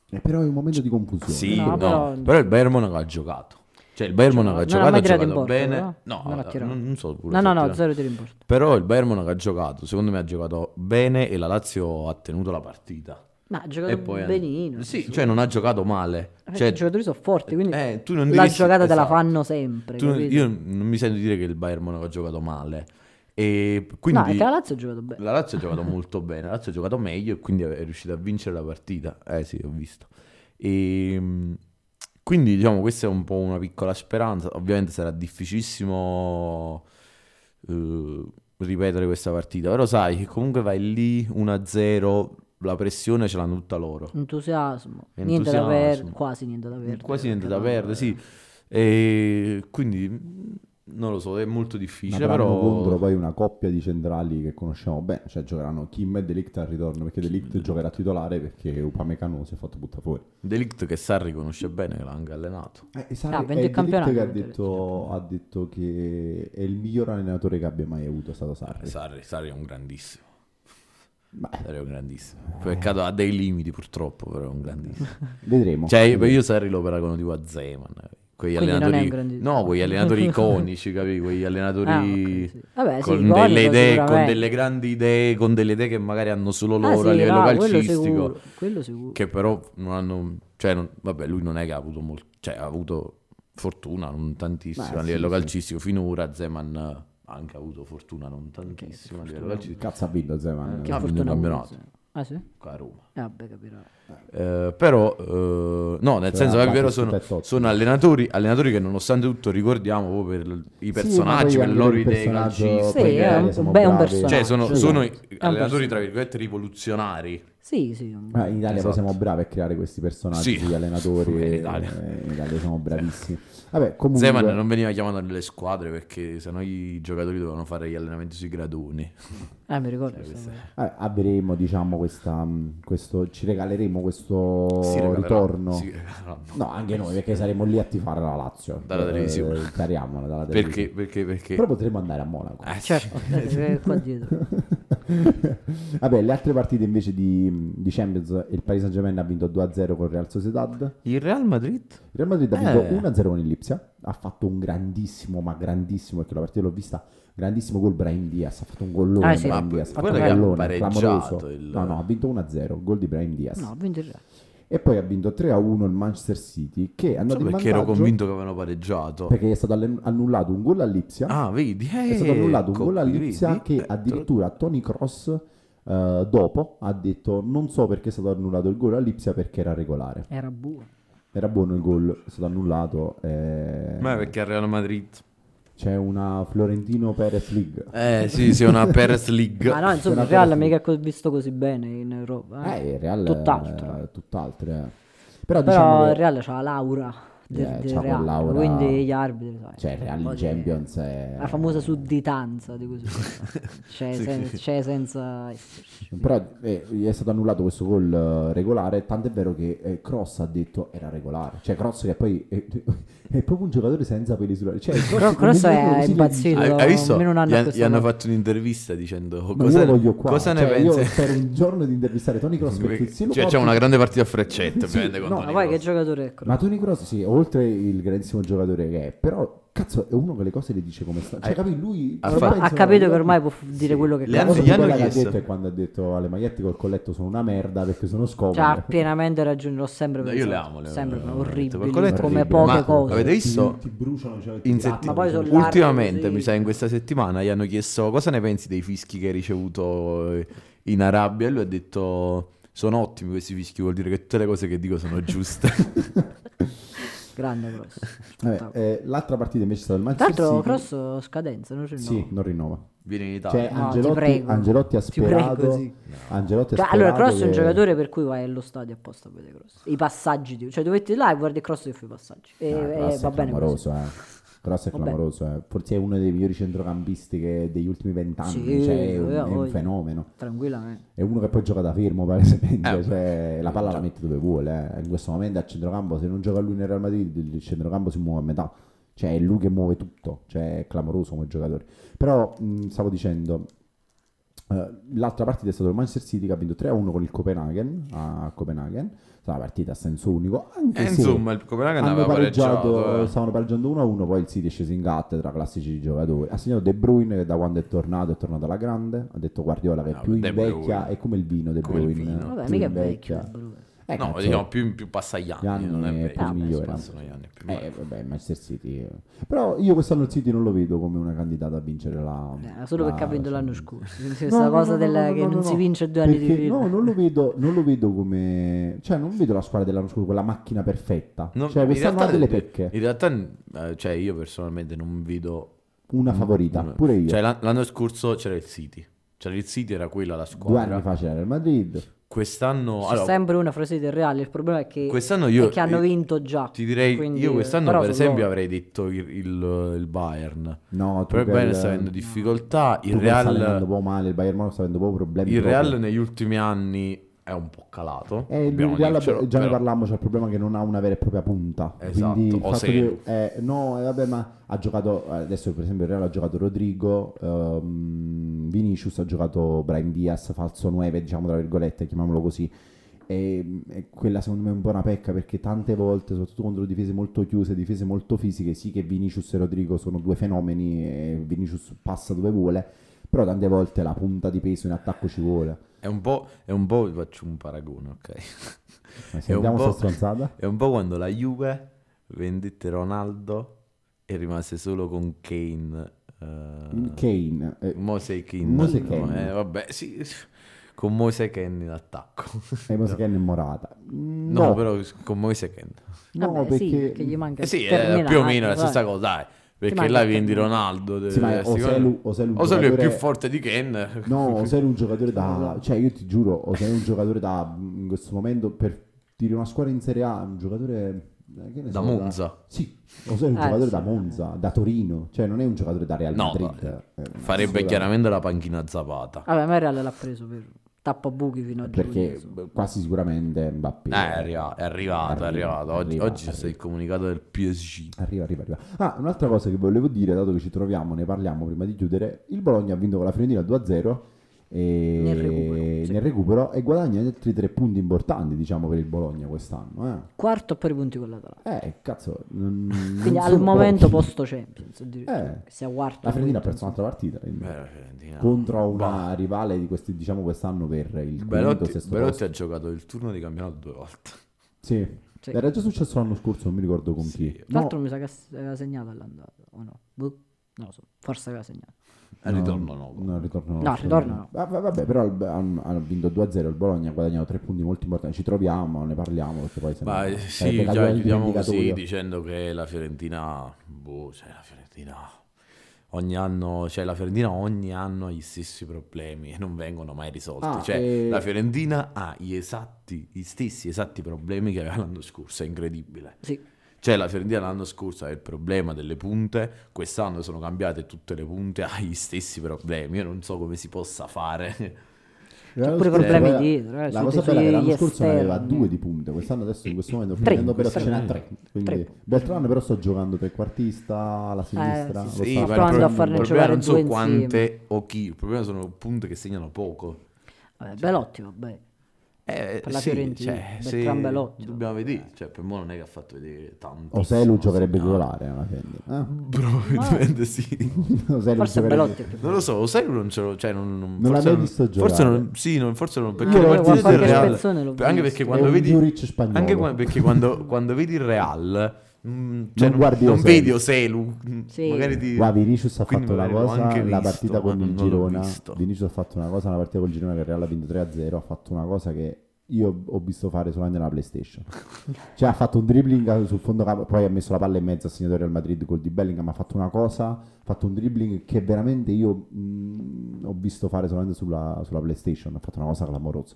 A: E Eh, però è un momento di confusione.
B: Sì,
C: No,
B: no,
C: però-
B: però... il Bayern Monaco ha giocato. Cioè il Bayern Monaco ha
C: non ha
B: giocato,
C: mai
B: ha
C: tirato in
B: giocato
C: porta,
B: bene.
C: però?
B: No,
C: Non ha
B: eh,
C: tirato.
B: non, non so pure
C: No,
B: se
C: no,
B: ha
C: no,
B: tirato.
C: zero tiri in porta.
B: Però il Bayern Monaco ha giocato, secondo me ha giocato bene e la Lazio ha tenuto la partita.
C: Ma ha
B: E
C: giocato
B: poi
C: benino. Eh,
B: Sì, cioè non ha giocato male.
C: Perché
B: Cioè,
C: I giocatori sono forti, quindi
B: eh, tu non
C: la
B: devi-
C: giocata te la
B: esatto.
C: fanno sempre.
B: Tu-
C: capito?
B: io non mi sento di dire che il Bayern Monaco ha giocato male. E
C: no, è
B: quindi
C: che la Lazio ha giocato bene.
B: la Lazio ha giocato molto bene, la Lazio ha giocato meglio e quindi è riuscita a vincere la partita. Eh sì, ho visto. Ehm, E, mh, quindi diciamo questa è un po' una piccola speranza. Ovviamente sarà difficilissimo eh, ripetere questa partita. Però sai che comunque vai lì 1-0, la pressione ce l'hanno tutta loro.
C: Entusiasmo. Niente da
B: Entusiasmo.
C: perdere, quasi niente da perdere. Ah,
B: Quasi niente da
C: perché
B: perdere, sì. E quindi mh, non lo so, è molto
A: Ma
B: difficile,
A: avranno
B: però...
A: contro poi una coppia di centrali che conosciamo bene, cioè giocheranno Kim e Delict al ritorno perché Delict giocherà titolare perché Upamecano si è fatto buttare fuori.
B: Delict che Sarri conosce bene, che l'ha anche allenato.
A: Eh,
C: Ah,
A: Sarri,
C: vinto
A: è
C: il
A: Delict
C: campionato,
A: che ha
C: quindi,
A: detto, ha detto che è il miglior allenatore che abbia mai avuto è stato Sarri.
B: Sarri, Sarri è un grandissimo.
A: Beh.
B: Sarri è un grandissimo. Peccato ha dei limiti purtroppo, però è un grandissimo.
A: Vedremo.
B: Cioè, io- io Sarri lo paragono tipo a Zeman. Quegli
C: Quindi non è un
B: allenatori,
C: grandissimo.
B: no, quegli allenatori iconici, capi? Quegli allenatori
C: Ah, ok, sì. Vabbè, sì,
B: con,
C: iconico
B: delle idee, con
C: sicuramente.
B: delle grandi idee, con delle idee che magari hanno solo
C: Ah,
B: loro a
C: sì,
B: livello
C: no, quello
B: calcistico,
C: sicuro, quello sicuro.
B: che però non hanno, cioè, non- vabbè, lui non è che ha avuto molto, cioè, ha avuto fortuna, non tantissima
A: Beh,
B: a
A: sì,
B: livello
A: sì.
B: calcistico finora. Zeman eh, ha anche avuto fortuna, non tantissima a livello calcistico.
A: Cazzo ha vinto Zeman.
B: Eh,
C: Che
B: ha vinto
C: fortuna
B: il
C: avuto,
B: campionato.
C: sì. Ah sì? Eh,
B: Qua a Roma.
C: Vabbè, capirò.
B: Eh, però, eh, no, nel
A: Cioè,
B: senso è
A: attacchi
B: vero,
A: su
B: sono,
A: tetto.
B: sono allenatori, allenatori che nonostante tutto ricordiamo proprio per l- i personaggi,
A: ma poi
B: per le loro
A: anche per il
B: idee
A: personaggio,
B: calcistiche.
C: Sì,
A: poi
C: è
A: eh,
C: un-
A: siamo
C: beh, è un
A: bravi.
C: personaggio.
B: Cioè, sono,
C: sì.
B: sono
C: È
B: i-
C: un
B: allenatori,
C: personaggio.
B: tra virgolette, rivoluzionari.
C: Sì, sì. un-
A: Ah, in Italia
B: Esatto.
A: poi siamo bravi a creare questi personaggi,
B: Sì.
A: gli allenatori.
B: In
A: eh,
B: Italia.
A: in Italia siamo bravissimi. Vabbè, comunque,
B: Zeman non veniva chiamato nelle squadre perché sennò i giocatori dovevano fare gli allenamenti sui gradoni.
C: Ah, mi ricordo.
B: Sì,
C: questa
B: sì.
C: cosa.
A: eh, avremo, diciamo, questa, mh, questo, ci regaleremo questo
B: Si regalerà-
A: ritorno.
B: si regaleranno.
A: No, anche noi, perché saremo lì a tifare la Lazio.
B: Dalla televisione.
A: Eh, Tariamola dalla
B: Perché?
A: televisione.
B: Perché? Perché?
A: Però potremo andare a Monaco.
B: Eh, sì.
C: Certo, eh, qua dietro.
A: Vabbè, le altre partite invece di, di Champions, il Paris Saint-Germain ha vinto 2-0 con Real Sociedad.
B: Il Real Madrid?
A: Il Real Madrid ha
B: Eh.
A: vinto 1-0 con il Lipsia, ha fatto un grandissimo, ma grandissimo, perché la partita l'ho vista, grandissimo gol Brahim Diaz, ha fatto un gollone
C: Ah, sì.
A: Brahim
B: Ma
A: Diaz, ha fatto
B: guarda
A: un
B: che ha
A: gollone,
B: pareggiato
A: clamoroso.
B: il-
A: No, no, ha vinto 1-0, gol di Brahim Diaz.
C: No, ho vinto il Real.
A: E poi ha vinto 3-1 il Manchester City, che è
B: Non
A: andato
B: so
A: in
B: perché
A: vantaggio
B: ero convinto che avevano pareggiato.
A: perché è stato allen- annullato un gol all'Ipsia,
B: Ah, vedi?
A: è stato annullato un
B: ecco
A: gol
B: qui,
A: all'Ipsia
B: vedi?
A: che
B: Eh,
A: addirittura Tony Cross eh, dopo ha detto non so perché è stato annullato il gol all'Ipsia perché era regolare.
C: Era buono.
A: Era buono il gol, è stato annullato. eh,
B: Ma perché al Real Madrid?
A: C'è una Florentino Perez League.
B: Eh sì, sì, una Perez League.
C: Ma no, insomma,
A: Era
C: il Real
A: per-
C: mica è co- visto così bene in Europa.
A: Eh,
C: Eh,
A: il Real
C: Tutt'altro.
A: eh, tutt'altro, eh. Però,
C: Però
A: diciamo
C: il
A: che
C: Real c'ha l'aura del,
A: Eh,
C: del
A: c'ha
C: Real,
A: quell'aura-
C: quindi gli arbitri, sai.
A: cioè, il Real
C: un po'
A: in
C: di-
A: Champions eh. è...
C: La famosa sudditanza di così. c'è, sen- c'è senza esserci.
A: Però eh, è stato annullato questo gol eh, regolare, tant'è vero che eh, Cross ha detto era regolare. Cioè Cross che poi è, è proprio un giocatore senza peli sulla... Cioè,
C: Però Kroos
A: come
C: è
A: giocatore così
C: impazzito.
A: non-
B: Hai, hai visto?
C: almeno un anno a
B: Gli, han-
C: questa
B: gli hanno
C: volta.
B: fatto un'intervista dicendo
A: Ma
B: Ecco, cosa,
A: io lo voglio qua.
B: cosa ne
A: Cioè, io
B: pensi.
A: spero un giorno di intervistare Tony Cross perché se lo
B: Cioè, c'è
A: porti-
B: una grande partita a freccette,
A: Sì,
B: ovviamente. con
A: no,
B: Toni
C: Ma poi che
B: Kroos.
C: giocatore è Kroos?
A: Ma Tony Cross, sì, oltre il grandissimo giocatore che è, però cazzo, è uno che le cose le dice come sta. Cioè, capi, lui
B: Eh, ha
A: ormai
B: fatto-
A: insomma,
C: Ha capito che
A: ormai-
C: ormai può f- dire quello che
B: Le
A: La
B: hanno-
C: vuole.
A: cosa
B: gli
A: più bella che ha
B: chiesto-
A: detto è quando ha detto alle magliette col colletto sono una merda perché sono scomode.
C: Cioè, ha pienamente ragione, l'ho sempre
B: No,
C: pensato.
B: io le amo. Le amo,
C: sempre
B: le amo, veramente.
C: orribili,
B: Perché ho detto-
C: come
A: orribili.
C: poche
B: Ma
C: cose.
B: Avete visto?
A: Ti, ti bruciano, cioè, ti
B: In
A: grattano,
C: Ma poi
A: cioè,
C: sono
B: Ultimamente,
C: così.
B: mi sa, in questa settimana gli hanno chiesto cosa ne pensi dei fischi che hai ricevuto eh, in Arabia. E lui ha detto: Sono ottimi questi fischi, vuol dire che tutte le cose che dico sono giuste.
C: Grande Cross.
A: Vabbè, eh, l'altra partita invece è stata il
C: Tra
A: Manchester
C: l'altro
A: City.
C: Cross scadenza, non rinnova.
A: Sì, non rinnova.
B: Vieni in Italia.
A: Cioè,
C: No, ti
A: Angelotti,
C: prego.
A: Angelotti ha
C: Ti prego,
A: sperato.
C: sì.
A: Angelotti ha
C: Cioè,
A: sperato.
C: allora, Cross è un
A: che-
C: giocatore per cui vai allo stadio apposta per vedere Cross. I passaggi, di... cioè dovete là e guardi Cross che fa i passaggi. E,
A: Ah,
C: e
A: Cross
C: va
A: è
C: bene così.
A: clamoroso, eh. Cross è
C: Vabbè.
A: clamoroso, eh. forse è uno dei migliori centrocampisti che- degli ultimi vent'anni.
C: Sì,
A: cioè, è, un,
C: eh,
A: è un
C: voglio.
A: fenomeno.
C: Tranquillamente.
A: È uno che poi gioca da fermo, palesemente.
B: Eh,
A: cioè, la palla la mette dove vuole. eh. In questo momento a centrocampo, se non gioca lui nel Real Madrid, il centrocampo si muove a metà. Cioè, è lui che muove tutto. Cioè, è clamoroso come giocatore. Però, mh, stavo dicendo, eh, l'altra partita è stata il Manchester City che ha vinto 3-1 con il Copenaghen. A Copenaghen. È stata una partita a senso unico. Anche
B: Eh,
A: se
B: insomma, il Copenaghen
A: hanno
B: aveva
A: pareggiato,
B: pareggiato. eh.
A: stavano pareggiando 1-1, poi il City è sceso in gatta tra classici giocatori. Ha segnato De Bruyne che da quando è tornato è tornato alla grande, ha detto Guardiola che è
B: No,
A: più
B: De
A: invecchia,
B: Bruyne.
A: è come il vino De
B: Come il
A: Bruyne. eh.
B: vino.
C: Vabbè,
A: più
C: mica è
A: invecchia.
C: vecchio. Bruno.
A: Eh,
B: No,
A: cazzo.
C: cioè,
B: diciamo, più, più passa gli anni.
A: Gli anni
B: non è
A: poi
B: vecchio.
A: migliorano.
B: Passano gli anni, più
A: Eh, vabbè, Manchester City. eh. Però io quest'anno il City non lo vedo come una candidata a vincere la...
C: Eh, solo perché ha vinto
A: la-
C: l'anno scorso. Quindi
A: No,
C: Questa
A: no,
C: cosa
A: no,
C: del-
A: no, no,
C: che
A: no,
C: non
A: no,
C: si
A: no.
C: vince due anni di
A: Perché-
C: fila.
A: No, non lo, vedo, non lo vedo come... Cioè, non vedo la squadra dell'anno scorso, quella macchina perfetta.
B: Non-
A: cioè,
B: in
A: quest'anno ha
B: realtà-
A: delle pecche.
B: In realtà, eh, cioè, io personalmente non vedo
A: una favorita,
B: Una-
A: pure io.
B: Cioè, l'an- l'anno scorso c'era il City. C'era il City, era quella la
A: Due anni
B: squadra.
A: fa c'era il Madrid.
B: Quest'anno,
C: C'è
B: allora,
C: sempre una frase del Reale. Il problema è che,
B: quest'anno io,
C: è che hanno
B: io-
C: vinto già.
B: Ti direi,
C: quindi-
B: io quest'anno
C: però
B: per
C: sono
B: esempio
C: loro.
B: avrei detto il, il- il Bayern.
A: No, tu
B: Però il Bayern
A: quel-
B: sta avendo difficoltà.
A: tu
B: Il
A: quel sta allenando un
B: Real,
A: po' male, il Bayern Monaco sta avendo proprio problemi.
B: il
A: proprio.
B: Real negli ultimi anni è un po' calato.
A: Eh, il
B: dobbiamo
A: Real,
B: dircelo,
A: già ne
B: però-
A: parlammo, c'è il problema che non ha una vera e propria punta.
B: Esatto,
A: Quindi il
B: o
A: fatto
B: se-
A: che, eh, no, eh, vabbè, ma ha giocato eh, adesso per esempio il Real ha giocato Rodrigo, ehm, Vinicius ha giocato Brian Diaz, falso 9, diciamo tra virgolette, chiamiamolo così. E, e quella secondo me è un po' una pecca perché tante volte, soprattutto contro difese molto chiuse, difese molto fisiche, sì che Vinicius e Rodrigo sono due fenomeni e Vinicius passa dove vuole, però tante volte la punta di peso in attacco ci vuole.
B: È un po', è un po' vi faccio un paragone, ok?
A: Ma
B: È un
A: Sentiamo
B: po'-
A: sta stronzata.
B: È un po' quando la Juve vendette Ronaldo e rimase solo con Kane. eh,
A: Kane, eh,
B: Mose Kane.
A: Moise
B: no,
A: Kean.
B: eh, vabbè, sì, sì, con Mose Kane in attacco.
A: E poi si chiama Morata.
B: No,
A: Eh, No,
B: però con Moise Kane.
A: no,
C: Vabbè, sì,
A: perché...
C: che gli manca
B: Eh sì, è
C: terminale,
B: più o meno la
C: vabbè.
B: stessa cosa, dai. Perché
C: manca
B: là
C: il
B: vendi
C: terminale.
B: Ronaldo.
A: Sì, ma
B: eh, sti-
A: Oselu, Oselu, è un
B: Oselu è
A: giocatore-
B: più forte di Ken.
A: No, Oselu è un giocatore da... Cioè, io ti giuro, Oselu è un giocatore da... In questo momento, per dire una squadra in Serie A, un giocatore... eh, Che ne
B: Da
A: so,
B: Monza.
A: Sì, Oselu è un
C: Eh,
A: giocatore
C: sì.
A: da Monza, da Torino. Cioè, non è un giocatore da Real
B: No,
A: Madrid. Eh,
B: Farebbe
A: assolutamente.
B: chiaramente la panchina Zapata.
C: Vabbè, ma il Reale l'ha preso per tappabuchi fino a
A: Perché
C: giovedì.
A: beh, quasi sicuramente Mbappé...
B: Eh, è arriva- è arrivato, è
A: Arriva,
B: arrivato. Oggi,
A: arriva,
B: oggi c'è stato
A: arriva.
B: il comunicato del PSG.
A: Arriva, arriva, arriva. Ah, un'altra cosa che volevo dire, dato che ci troviamo, ne parliamo prima di chiudere. Il Bologna ha vinto con la Fiorentina 2-0 e
C: Nel recupero, sì.
A: nel recupero e guadagna altri tre punti importanti, diciamo, per il Bologna quest'anno.
C: Quarto a pari punti con l'Atalanta.
A: Eh, eh cazzo. non-
C: Quindi
A: non
C: al
A: sono
C: momento
A: pochi.
C: posto Champions. addirittura.
A: Eh.
C: Sia quarto.
A: La Fiorentina ha
C: quinto,
A: perso un'altra partita quindi,
B: Beh, la Eh, Fiorentina.
A: contro
B: Bah.
A: una rivale di questi, diciamo, quest'anno per il quinto,
B: Belotti,
A: sesto
B: Belotti
A: posto.
B: ha giocato il turno di campionato due volte.
A: Sì.
C: Sì.
A: Era già successo l'anno scorso, non mi ricordo con
B: Sì.
A: chi.
C: Tra l'altro mi sa che ass- aveva segnato all'andata, o no? Boh, non lo so, forse aveva segnato.
B: Al ritorno no.
A: No, al ritorno
C: No, al ritorno no.
A: Va- va- Vabbè, però il- hanno, hanno vinto 2-0 il Bologna, ha guadagnato tre punti molto importanti. Ci troviamo, ne parliamo perché poi se no
B: Ma eh,
A: sarebbe
B: sì,
A: la
B: già
A: guerra di
B: chiudiamo così
A: vendicatorio.
B: dicendo che la Fiorentina, boh, cioè la Fiorentina ogni anno, cioè la Fiorentina ogni anno ha gli stessi problemi e non vengono mai risolti,
A: Ah,
B: cioè
A: e-
B: la Fiorentina ha gli esatti, gli stessi esatti problemi che aveva l'anno scorso, è incredibile.
C: Sì,
B: Cioè la Fiorentina l'anno scorso aveva il problema delle punte, quest'anno sono cambiate tutte le punte, ha gli stessi problemi, io non so come si possa fare.
A: L'anno
C: pure
A: scorso,
C: problemi
A: guarda,
C: dietro, eh,
A: Cioè, La
C: sui-
A: cosa bella è che
C: sugli
A: l'anno scorso ne aveva
C: esterni.
A: due di punte, quest'anno adesso in questo momento
C: Tre,
A: prendendo per
C: quest'anno
A: scena
B: ne-
A: tre. Quindi
C: tre. Eh,
A: Beltrán però sto giocando trequartista alla sinistra.
C: sì,
A: lo
C: sì,
A: sta-
C: ma provando
B: il
C: a farne
B: problema
C: giocare
B: non so
C: due insieme.
B: quante o chi, il problema sono punte che segnano poco.
C: vabbè, Belotti vabbè.
B: Eh,
C: Per la
B: sì,
C: Fiorentina, Eh.
B: cioè,
C: per
B: se
C: Trambelotti.
B: dobbiamo vedere, cioè, per me non è che ha fatto vedere tanto.
A: Oselu giocherebbe titolare alla fine.
B: Probabilmente sì.
A: Eh? Oselu
C: Forse
A: giocherebbe-
C: Belotti è più
B: Non lo so, Oselu non ce lo, cioè, non, non,
A: Non
B: forse
A: l'hai visto
B: Forse
A: giocare.
B: non, sì, non, forse non,
C: Io
B: perché le
C: avevo
B: partite del
C: qualche
B: Real,
C: spezzone, l'ho
B: anche
C: visto.
B: perché
A: È
B: quando
A: un
B: vedi,
A: Juric spagnolo.
B: anche qua- perché quando, quando vedi il Real, mm, cioè, non,
A: guardi
B: non
A: Oselu.
B: vedi Oselu, mm,
C: Sì.
B: magari ti...
A: Guarda, Vinicius ha
B: Quindi
A: fatto una
B: magari l'ho
A: cosa,
B: anche
A: la
B: visto,
A: partita con
B: ma
A: il
B: non l'ho
A: Girona,
B: visto.
A: Vinicius ha fatto una cosa, la partita con il Girona che il Real ha vinto 3-0, ha fatto una cosa che io ho visto fare solamente nella PlayStation. cioè ha fatto un dribbling sul fondo campo, poi ha messo la palla in mezzo al segnato del Real Madrid col di Bellingham, ha fatto una cosa, ha fatto un dribbling che veramente io mh, ho visto fare solamente sulla, sulla PlayStation, ha fatto una cosa clamorosa.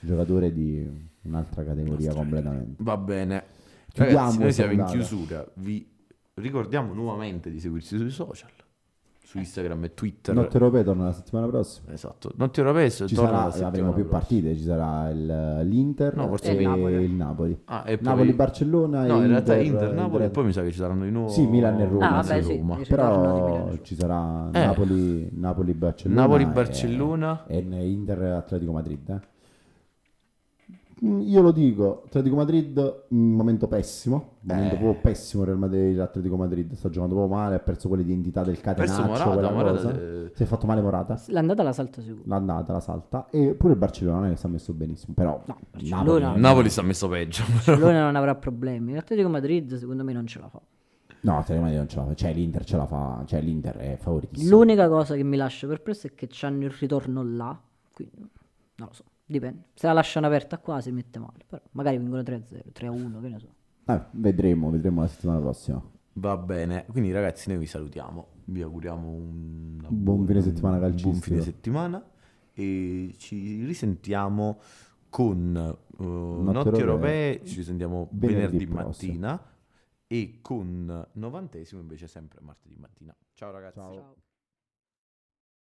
A: Giocatore di un'altra categoria completamente.
B: Va bene.
A: Chiudiamo
B: Ragazzi, noi siamo in
A: questa
B: chiusura. Vi ricordiamo nuovamente di seguirci sui social, su Instagram e Twitter.
A: Notte Europea torna la settimana prossima.
B: Esatto. Non ti europeo
A: Ci sarà, avremo più partite, ci sarà il- l'Inter
B: No, forse
A: e
C: il Napoli.
A: il Napoli.
B: Ah, e poi-
A: Napoli-Barcellona e
B: No, in realtà
A: Inter- eh,
B: Inter, Napoli e
A: Inter-
B: poi mi sa che ci saranno di nuovo
A: Sì, Milan e Roma,
C: Ah, vabbè, sì,
B: Roma.
C: dice- Torna di
A: Però
C: Milan.
A: ci sarà
B: Eh.
A: Napoli, Napoli-Barcellona.
B: Napoli-Barcellona.
A: E, e Inter-Atletico Madrid. eh. Mm, Io lo dico, Atletico Madrid, un momento pessimo, un momento
B: Eh.
A: proprio pessimo Real Madrid, l'Atletico Madrid sta giocando proprio male, ha perso quell'identità del
B: Perso
A: catenaccio,
B: Morata,
A: quella
B: Morata,
A: cosa.
B: eh,
A: Si è fatto male Morata.
C: L'andata la salta sicuro.
A: l'andata, la salta. E pure il Barcellona non è che si è messo benissimo. Però
C: No,
A: il
C: Barcellona-
A: Napoli-
B: Napoli si è messo peggio.
C: L'Ona non avrà problemi. L'Atletico Madrid secondo me non ce la fa.
A: No, Atletico Madrid non ce la fa. Cioè, l'Inter ce la fa. Cioè, l'Inter è favoritissimo.
C: L'unica cosa che mi lascia perplesso è che c'hanno il ritorno là, quindi non lo so, dipende. Se la lasciano aperta qua si mette male, però magari vincono 3-0, 3-1, che ne so.
A: Eh, vedremo, vedremo la settimana prossima.
B: Va bene, quindi ragazzi noi vi salutiamo, vi auguriamo un una
A: Buon
B: buona-
A: fine settimana calcistico.
B: Buon fine settimana e ci risentiamo con eh, Notti Europee, ci risentiamo venerdì,
A: venerdì prossimo.
B: mattina e con novantesimo invece sempre martedì mattina. Ciao ragazzi.
C: Ciao.